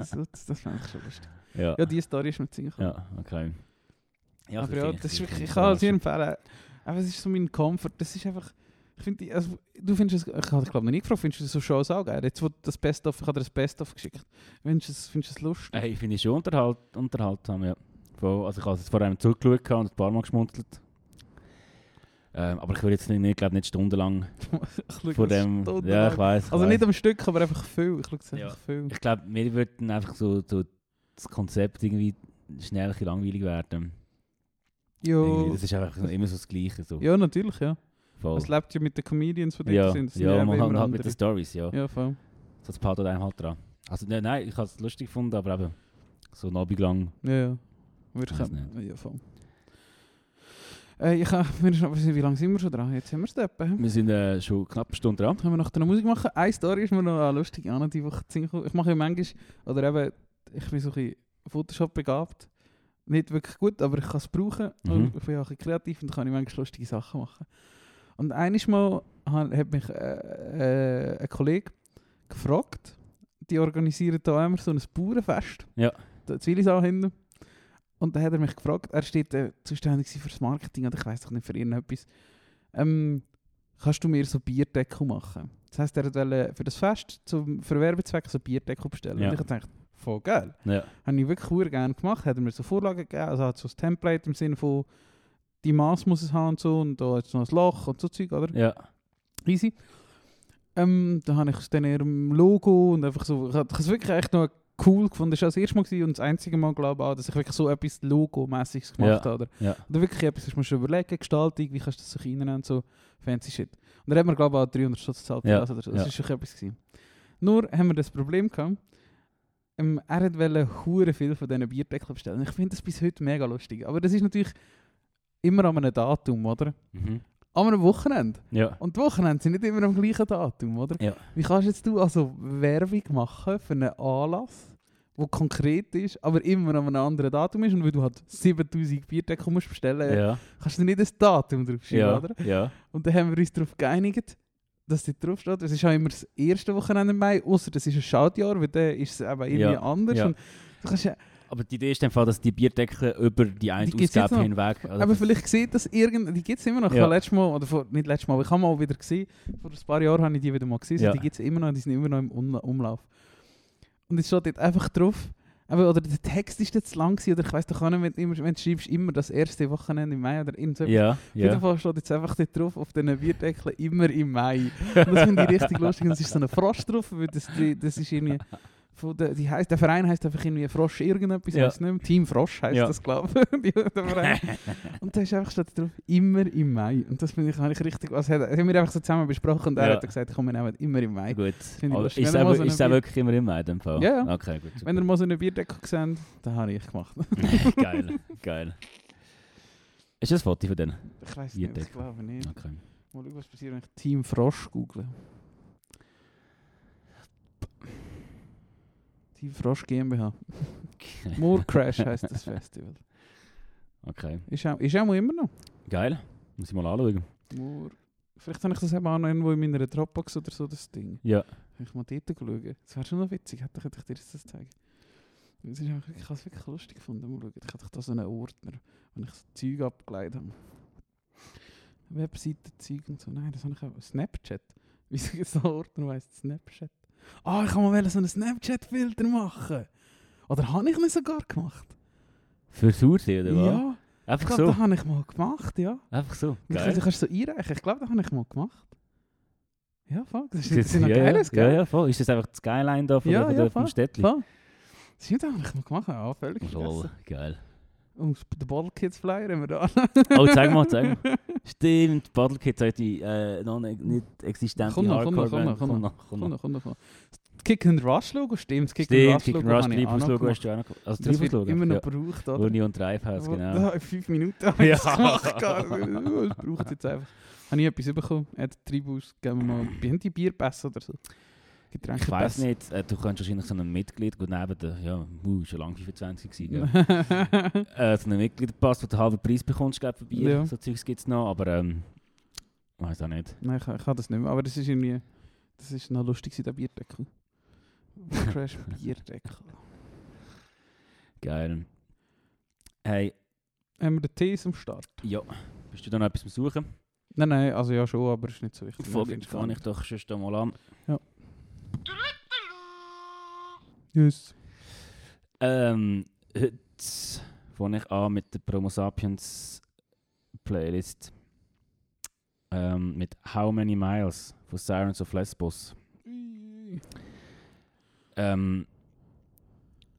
das, das, das fand ich schon lustig. Ja. Ja, diese Story ist mir ziemlich ja, okay. Also Ja, aber ja, vielleicht- das ist vielleicht wirklich, ich nicht kann es dir überraschend. empfehlen. Aber es ist so mein Comfort. Das ist einfach, ich finde, die- also, du findest es, ich habe dich glaube noch nie gefragt, findest du so Shows auch geil? Jetzt, wo das Best-of, ich habe dir das Best-of geschickt. Findest du es, findest du es lustig? Hey, finde ich schon unterhalt, unterhaltsam, ja. Voll. Also ich habe es vor allem zugeschaut und ein paar Mal geschmunzelt. Ähm, aber ich würde jetzt nicht, nicht, glaube nicht stundenlang Ich schaue von das dem... stundenlang. Ja, ich weiß. also nicht am Stück, aber einfach viel. Ich schaue es Ja. einfach viel. Ich glaube, mir würde dann einfach so, so das Konzept irgendwie schnell ein bisschen langweilig werden. Irgendwie, Ja, Das ist einfach so- immer so das Gleiche. So. ja natürlich, ja. voll. Es lebt ja mit den Comedians, die dort ja, sind. Das sind ja eben man immer hat halt mit andere. den Stories, ja. Ja, voll. So, das behaltet einem halt dran. Also nein, nein ich habe es lustig gefunden, aber eben so einen Abend lang. Ja, ja. Würde ich Weiß auch- Ja, voll. Äh, ich kann, wir schon, wie lange sind wir schon dran? Jetzt haben wir es etwa. hä? Wir sind äh, schon knapp eine Stunde dran. Können wir nach der Musik machen? Eine Story ist mir noch eine lustige an, die Woche Ich mache ja manchmal, oder eben, ich bin so ein bisschen Photoshop begabt. Nicht wirklich gut, aber ich kann es brauchen. Mhm. Und ich bin auch ein bisschen kreativ und kann ich manchmal lustige Sachen machen. Und eines Mal han- hat mich äh, äh, ein Kollege gefragt, die organisieren da immer so ein Bauernfest. Ja. Da in Zwillisau hinten. Und dann hat er mich gefragt, er steht äh, zuständig für das Marketing oder ich weiß doch nicht für irgendetwas. Ähm, kannst du mir so Bierdeckel machen? Das heisst, er wollte für das Fest zum Verwerbezweck so Bierdeckel bestellen. Ja. Und ich habe gedacht, voll geil. Ja. Habe ich wirklich sehr gerne gemacht. Hat er mir so Vorlagen gegeben, also hat so ein Template im Sinne von, die Maß muss es haben und so, und da ist noch ein Loch und so Zeug, oder? Ja. Easy. Ähm, dann habe ich es dann eher im Logo und einfach so. Ich habe es wirklich echt noch cool gefunden. Das war das erste Mal gewesen und das einzige Mal, glaube ich, auch, dass ich wirklich so etwas Logo-mäßiges gemacht Ja, habe. Oder, ja. oder wirklich etwas, was man schon überlegen, Gestaltung, wie kannst du das so reinnehmen und so. Fancy Shit. Und da hat man, glaube ich, auch 300 Stutz gezahlt. Ja, Ja. Also, das ja. war schon etwas. Gewesen. Nur haben wir das Problem gehabt, ähm, er wollte hure viel von diesen Bierdeckeln bestellen. Und Ich finde das bis heute mega lustig. Aber das ist natürlich immer an einem Datum, oder? Mhm. An einem Wochenende. Ja. Und die Wochenende sind nicht immer am gleichen Datum, oder? Ja. Wie kannst jetzt du also Werbung machen für einen Anlass, der konkret ist, aber immer an einem anderen Datum ist und weil du halt 7000 Bierdeckel musst bestellen, Ja. kannst du nicht das Datum draufschreiben, Ja. Äh, oder? Ja. Und dann haben wir uns darauf geeinigt, dass dort drauf steht. Es ist auch immer das erste Wochenende im Mai, außer das ist ein Schaltjahr, weil dann ist es eben irgendwie Ja. anders. Ja. Und du kannst ja, Aber die Idee ist einfach, dass die Bierdeckel über die eine Die gibt's jetzt Ausgabe noch. hinweg. Also aber vielleicht sieht das irgend, die gibt es immer noch. Ich Ja. habe letztes Mal, oder vor, nicht letztes Mal, aber ich habe mal wieder gesehen, vor ein paar Jahren habe ich die wieder mal gesehen, so, Ja. die gibt es immer noch, die sind immer noch im Umla- Umlauf. Und es steht dort einfach drauf, aber, oder der Text ist jetzt lang gewesen, oder ich weiß doch auch nicht, wenn, du immer, wenn du schreibst, immer das erste Wochenende im Mai oder irgend so ja, Auf ja. jeden Fall steht jetzt einfach dort drauf, auf diesen Bierdeckeln, immer im Mai. Und das finde ich richtig lustig. Und es ist so ein Frosch drauf, weil das, dus die, das ist irgendwie... Von der, die heisst, der Verein heißt einfach irgendwie Frosch irgendetwas, Ja. ich weiß nicht mehr. Team Frosch heißt Ja. das, glaube ich. der Verein. Und da ist einfach steht drauf, immer im Mai. Und das finde ich, habe ich richtig... Also, das haben wir einfach so zusammen besprochen und er Ja. hat dann gesagt, komm, wir nehmen nou, immer im Mai. Gut. ich Aber lustig. ist Wenn wir mal es so ist eine auch wirklich immer immer in dem Fall? Ja, ja. Okay, gut. Wenn ihr mal so einen Bierdeckel seht, dann habe ich gemacht. super. geil, geil. Ist das ein Foto von denen? Ich weiß nicht, ich Bierdeckel. glaube nicht. Okay. Mal schauen, was passiert, wenn ich Team Frosch google. Team Frosch GmbH. Moor Crash heisst das Festival. Okay. Ist auch, ist auch mal immer noch. Geil. Muss ich mal anschauen. Moor. Vielleicht habe ich das eben auch noch irgendwo in meiner Dropbox oder so, das Ding. Ja. Kann ich mal dort schauen. Das wäre schon noch witzig, hätte könnte ich dir das zeigen. Das ist einfach, ich habe es wirklich lustig gefunden. Mal schauen. Ich hatte da so einen Ordner, wo ich so Zeug abgeleitet habe. Webseiten, Zeug und so. Nein, das habe ich auch. Snapchat. Wieso gibt es einen Ordner, der heisst Snapchat? Ah, ich kann mal wollen so einen Snapchat-Filter machen. Oder habe ich ihn sogar gemacht? Für Sauersee oder was? Ja, ich Einfach glaube, so. das habe ich mal gemacht, ja. Einfach so. Und Du Geil. kannst so einreichen. Ich glaube, das habe ich mal gemacht. Ja, voll. Das ist, Ist das das- ist noch ja, geiles, ja, gell? ja, voll. Ist das einfach die Skyline da von, Ja, der- von ja, der- vom voll, Städtli? Voll. Das stimmt, haben wir gemacht. Ja, völlig Lol, vergessen. geil. Und den Bottle Kids Flyer haben wir da. Oh, zeig mal, zeig mal. Stimmt, Paddle Kids hat die äh, noch nicht- nicht existente Komm noch, komm noch, Hardcore-Band. komm noch, komm Komm, komm, komm. Das Kick and Rush Logo, stimmt. Das Kick Stimmt, and Rush Kick and Logo Rush, habe ich auch noch Treibhauslogo gemacht. hast du auch noch gemacht. Also Das wird Treibhauslogo, immer noch ja. gebraucht, oder? Uni und Treibhaus, Wo- genau. Da, in fünf Minuten Oh, habe nou. ich Ja. das gemacht. gehabt. Das braucht jetzt einfach. Habe ich etwas bekommen? Äh, die Tribus, geben wir mal. Haben die Bierpässe oder so? Ich weiß Getränkepässe. nicht, äh, du könntest wahrscheinlich so einem Mitglied, gut neben der, ja, uh, schon lange 25 gewesen, gell? nicht. äh, so einen Mitgliederpass, wo du halben Preis bekommst, glaub, für Bier, Ja. so Zeugs gibt es noch, aber ähm, weiß auch nicht. Nein, ich, ich habe das nicht mehr. Aber das ist irgendwie. Das ist noch lustig, gewesen, der Bierdeckel. Crash Bierdeckel. Geil. Hey, Haben wir den Tees am Start? Ja. Bist du da noch etwas am Suchen? Nein, nein, also ja schon, aber ist nicht so wichtig. Folge kann ich doch schon da mal an. Yes. Ähm, heute fange ich an mit der Promo Sapiens Playlist. Ähm, mit How Many Miles von Sirens of Lesbos. Ähm,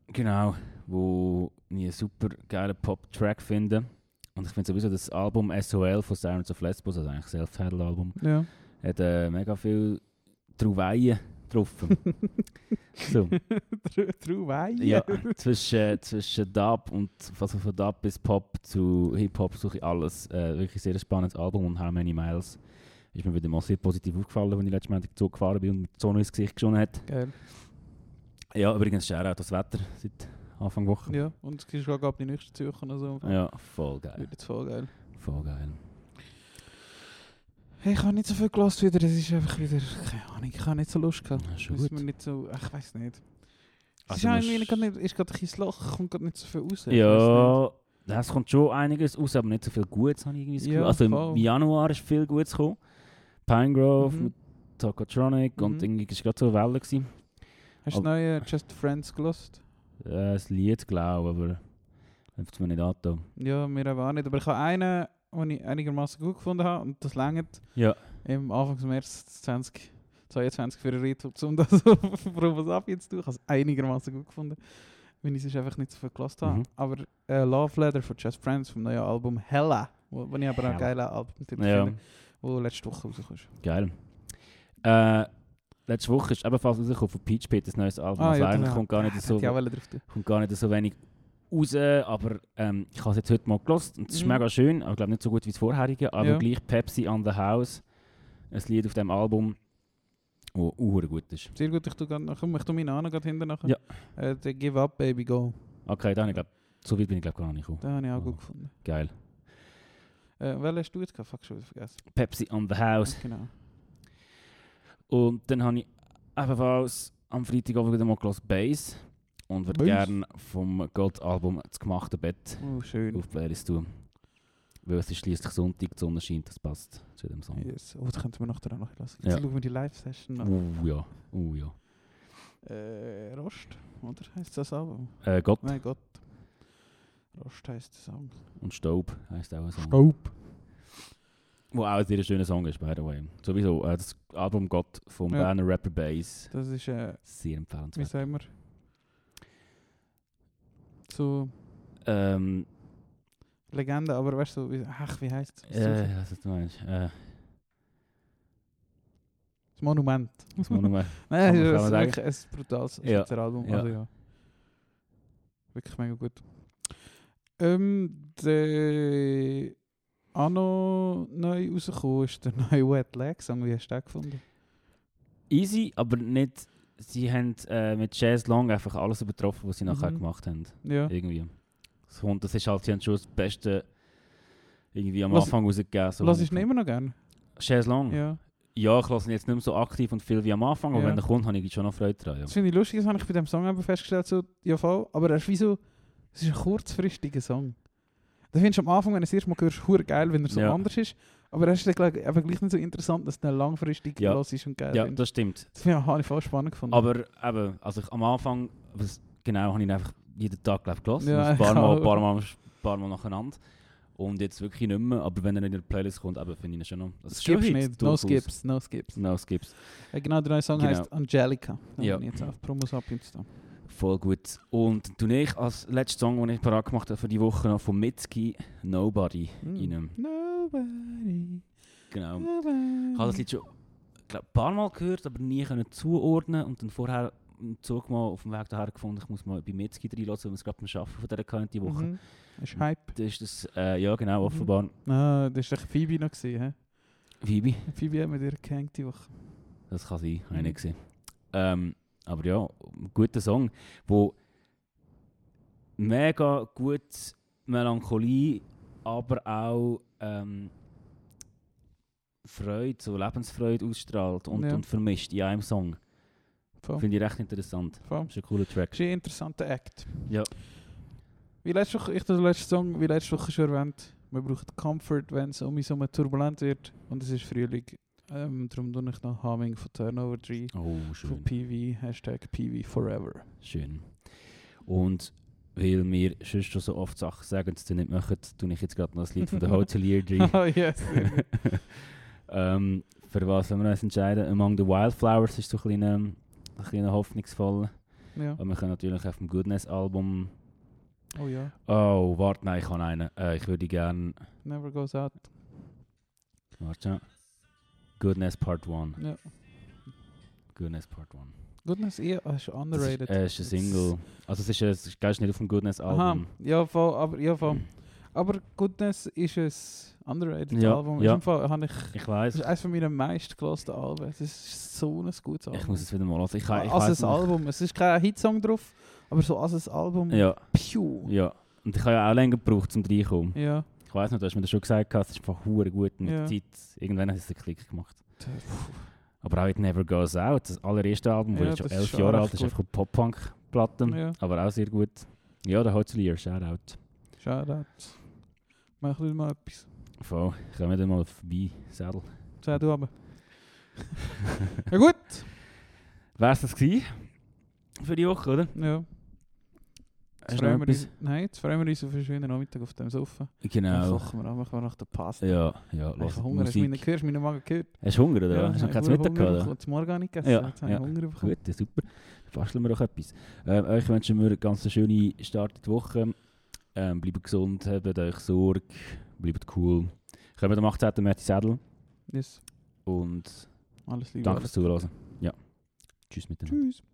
genau, wo ich einen super geilen Pop-Track finde. Und ich finde sowieso das Album SOL von Sirens of Lesbos, also eigentlich Self-Titled-Album, Ja. hat äh, mega viel Trouweien getroffen. so. Trauwein. Ja, zwischen, zwischen Dub und also von Dub bis Pop zu Hip-Hop suche ich alles. Äh, wirklich sehr spannendes Album und How Many Miles ist mir wieder mal sehr positiv aufgefallen, als ich letztes Mal so gefahren bin und mit Sonne ins Gesicht geschonen hat. Geil. Ja, übrigens schau auch das Wetter seit Anfang Woche. Ja, und es ist auch gerade die nächsten Zürcher und so. Ja, voll geil. Wird jetzt voll geil. Voll geil. Hey, ich habe nicht so viel gelassen wieder, es ist einfach wieder, keine Ahnung, ich habe nicht so Lust gehabt. Das ist schon Ist mir gut. nicht so, ach, ich weiß nicht. Es ist Also irgendwie musst- gerade nicht, ist gerade ein bisschen Loch, kommt gerade nicht so viel raus. ich weiss Ja, es kommt schon einiges raus, aber nicht so viel Gutes, habe ich irgendwie das Gefühl. Ja, also im voll. Januar ist viel Gutes gekommen. Pinegrove Mhm. mit Tokotronic und Mhm. irgendwie war gerade so eine Welle. Gewesen. nicht. Hast du aber- neue Just Friends gelost? Äh, das Lied glaube aber einfach es mir nicht angetan. Ja, mir eben auch nicht, aber ich habe einen, den ich einigermaßen gut gefunden habe und das langt Ja. im Anfang März 2022 für einen Retour, um das auf Probe Sapiens zu tun. Ich habe es einigermaßen gut gefunden, wenn ich es einfach nicht so viel gelassen habe. Mhm. Aber äh, Love Letter von Just Friends vom neuen Album Hella, wo, wo ich aber Hella. ein geiler Album Ja, finde, wo letzte Woche rausgekommen ist. geil. Äh, letzte Woche ist ebenfalls rausgekommen von Peach Pit, das neues Album. Ah, also ja, eigentlich genau. kommt gar, Ah, nicht hätte so, Ich auch wollen drauf tun. kommt gar nicht so wenig raus, aber ähm, ich habe es jetzt heute mal gelost und es ist Mhm. mega schön, aber ich glaube nicht so gut wie das vorherige, aber Ja. gleich Pepsi on the House, ein Lied auf dem Album, wo uhr gut ist. Sehr gut, ich tue gerade nachher, ich tue meinen Namen gerade hinten nachher. Ja. Äh, der Give Up Baby Go, Okay, dann ich glaube, so weit bin ich glaube gar nicht gekommen. den habe ich auch Ah. gut gefunden. Geil. Äh, welchen hast du jetzt gehabt? Fuck, schon wieder vergessen. Pepsi on the House. Genau. Und dann habe ich ebenfalls am Freitag auch wieder mal gehört Bass und würde Bass? gerne vom Gold-Album «Das gemachte Bett» Oh, schön. auf die Playlist tun. Weil es ist schliesslich Sonntag, die Sonne scheint, das passt zu dem Song. Yes. Oh, das könnten wir nachher auch noch lassen. Jetzt Ja. schauen wir die Live-Session an. Uh ja, uh ja. Äh, Rost, oder? Heißt das Album? Äh, Gott Nein, Gott. Rost heißt das Album. und Staub heisst auch ein Song. Staub. Wo auch ein sehr schöner Song ist, by the way. Sowieso, äh, das Album «Gott» vom Ja. Berner Rapper Bass. Das ist, äh, Sehr wie empfehlenswert. sagen wir? So Ähm, Legende, aber weißt du, wie, ach, wie heißt es? äh, was du meinst? Äh, Das Monument. das muss man mal... Nein, Kann man- kann das ist man wirklich ein brutales Ja. Schweizer Album. Ja. Also ja. Wirklich mega gut. Ähm, der Anno neu rausgekommen ist der neue Wet Leg Song. Wie hast du den gefunden? easy, aber nicht. Sie haben äh, mit Jazz Long einfach alles übertroffen, was sie nachher Mhm. gemacht haben. Ja. Irgendwie. So, Und das ist halt, sie haben schon das Beste irgendwie am Lass- Anfang rausgegeben. So Lass ich ihn immer noch gerne. Jazz Long? Ja, Ja. ich lasse ihn jetzt nicht mehr so aktiv und viel wie am Anfang, aber Ja. wenn er kommt, habe ich schon noch Freude dran. Ja. Das finde ich lustig, das habe ich bei dem Song eben festgestellt. So, ja, voll. Aber er ist wie so, es ist ein kurzfristiger Song. Da findest du am Anfang, wenn du es erstmal hörst, hure geil, wenn er so Ja. anders ist. Aber er ist dann gleich, einfach gleich nicht so interessant, dass du ihn langfristig Ja. ja. ist Mhm. und geil ja, findest. das stimmt. Das finde ich- habe ich voll spannend gefunden. Aber eben, also ich, am Anfang, was, genau, habe ich ihn einfach jeden Tag glaub, gelassen. Ja, ein paar ich Mal, auch. paar, Mal, paar Mal nacheinander. Und jetzt wirklich nicht mehr, aber wenn er in der Playlist kommt, eben, finde ich ihn schon noch. Das ist schon Skips Hit, nicht. No durchaus. Skips, no Skips. No Skips. Äh, genau, der neue Song Genau. heißt Angelica. Oh, Den Ja. ja. ich jetzt auf Promos ab Insta. Voll gut. Und du ich als letzten Song, den ich parat gemacht habe für die Woche noch von Mitski, Nobody, Mm. rein. Nobody, Genau. nobody. Ich habe das Lied schon glaub, ein paar Mal gehört, aber nie können zuordnen und dann vorher im Zug mal auf dem Weg daher gefunden, ich muss mal bei Mitski reinlassen, weil wir es gerade beim Arbeiten von dieser hatten die Woche. Mhm. Das ist Hype. Da ist das, äh, ja genau, Mhm. offenbar Ah, das war Phoebe noch. Gewesen, Vibe. hä? Phoebe hat mit ihr gehängt die Woche. Das kann sein, habe ich Mhm. nicht gesehen. Ähm, aber ja, ein guter Song, wo mega gut Melancholie, aber auch ähm, Freude, so Lebensfreude ausstrahlt und, Ja. und vermischt in einem Song. Voll. Finde ich recht interessant. Voll. Das ist ein cooler Track. Das ist ein interessanter Act. Ja. Wie letzte Woche, ich habe den letzten Song, wie letzte Woche schon erwähnt, man braucht Comfort, wenn es um uns herum turbulent wird. Und es ist Frühling. Ähm, darum tue ich noch Humming von Turnover 3 Oh, schön. von PV, Hashtag PV Forever. Schön. Und weil wir sonst schon so oft Sachen sagen, die sie nicht machen, tue ich jetzt gerade noch das Lied von der Hotelier 3. Ah, yes. ähm, für was wollen wir uns entscheiden? Among the Wildflowers ist so ein kleiner, ein kleiner hoffnungsvoll. ja. Aber wir können natürlich auf dem Goodness-Album... Oh ja. Oh, warte, nein, ich habe einen. Äh, ich würde gerne... Never goes out. Warte schnell. Goodness Part 1. Ja. Goodness Part 1. Goodness, ihr ah, ist Das ist, underrated. äh, ist ein Single. Also es ist, ein- es ist ganz schnell auf dem Goodness-Album. Aha, ja, voll, aber, ja, voll. aber Goodness ist ein underrated Ja, Album. ja. Ist im Fall, habe ich, Ich das weiß. ist eines meiner meistgelosten Alben. Es ist so ein gutes Album. Ich muss es wieder mal hören. Ich, kann- ich weiss als ein nicht. Album. Es ist kein Hitsong drauf, aber so als ein Album. Ja, Pew. ja. Und ich habe ja auch länger gebraucht, um reinkommen. Ja. Ich weiß nicht, du hast mir das schon gesagt, gehabt, es ist einfach hure gut mit der Ja. Zeit. Irgendwann hat es einen Klick gemacht. Tja, Aber auch «It Never Goes Out», das allererste Album, Ja, das das schon ist elf schon Jahre recht alt ist, gut. einfach eine Pop-Punk-Platte. Ja. Aber auch sehr gut. Ja, der Hotelier, Shoutout. Shoutout. Mach du mal etwas. Voll, kommen wir dann mal vorbei, Sädel. Sag du aber. ja gut. Wär's das gewesen? Für die Woche, oder? Ja. Hast Jetzt du freuen, noch wir uns, nein, jetzt freuen wir uns auf einen schönen Nachmittag auf dem Sofa. Dann Genau. kochen wir an, machen wir nach der Pasta. Ja, ja, ich los. habe Hunger, hast du meinen Musik. gehört, hast du meinen Magen gehört? Hast du Hunger, oder? was? hast du noch ich keinen habe Mittag Hunger, gehabt? Ich oder? habe zum Morgen nicht gegessen, Ja, jetzt habe ja. ich Hunger bekommen. Gut, ja, super. Dann Basteln wir auch etwas. Ähm, euch wünschen wir eine ganz schöne Start in die Woche. Ähm, bleibt gesund, habt euch Sorge, bleibt cool. Kommt am 18. März in Sädel Yes. und Alles Liebe. danke Dus, fürs alles Zuhören. Ja. Tschüss miteinander. Tschüss.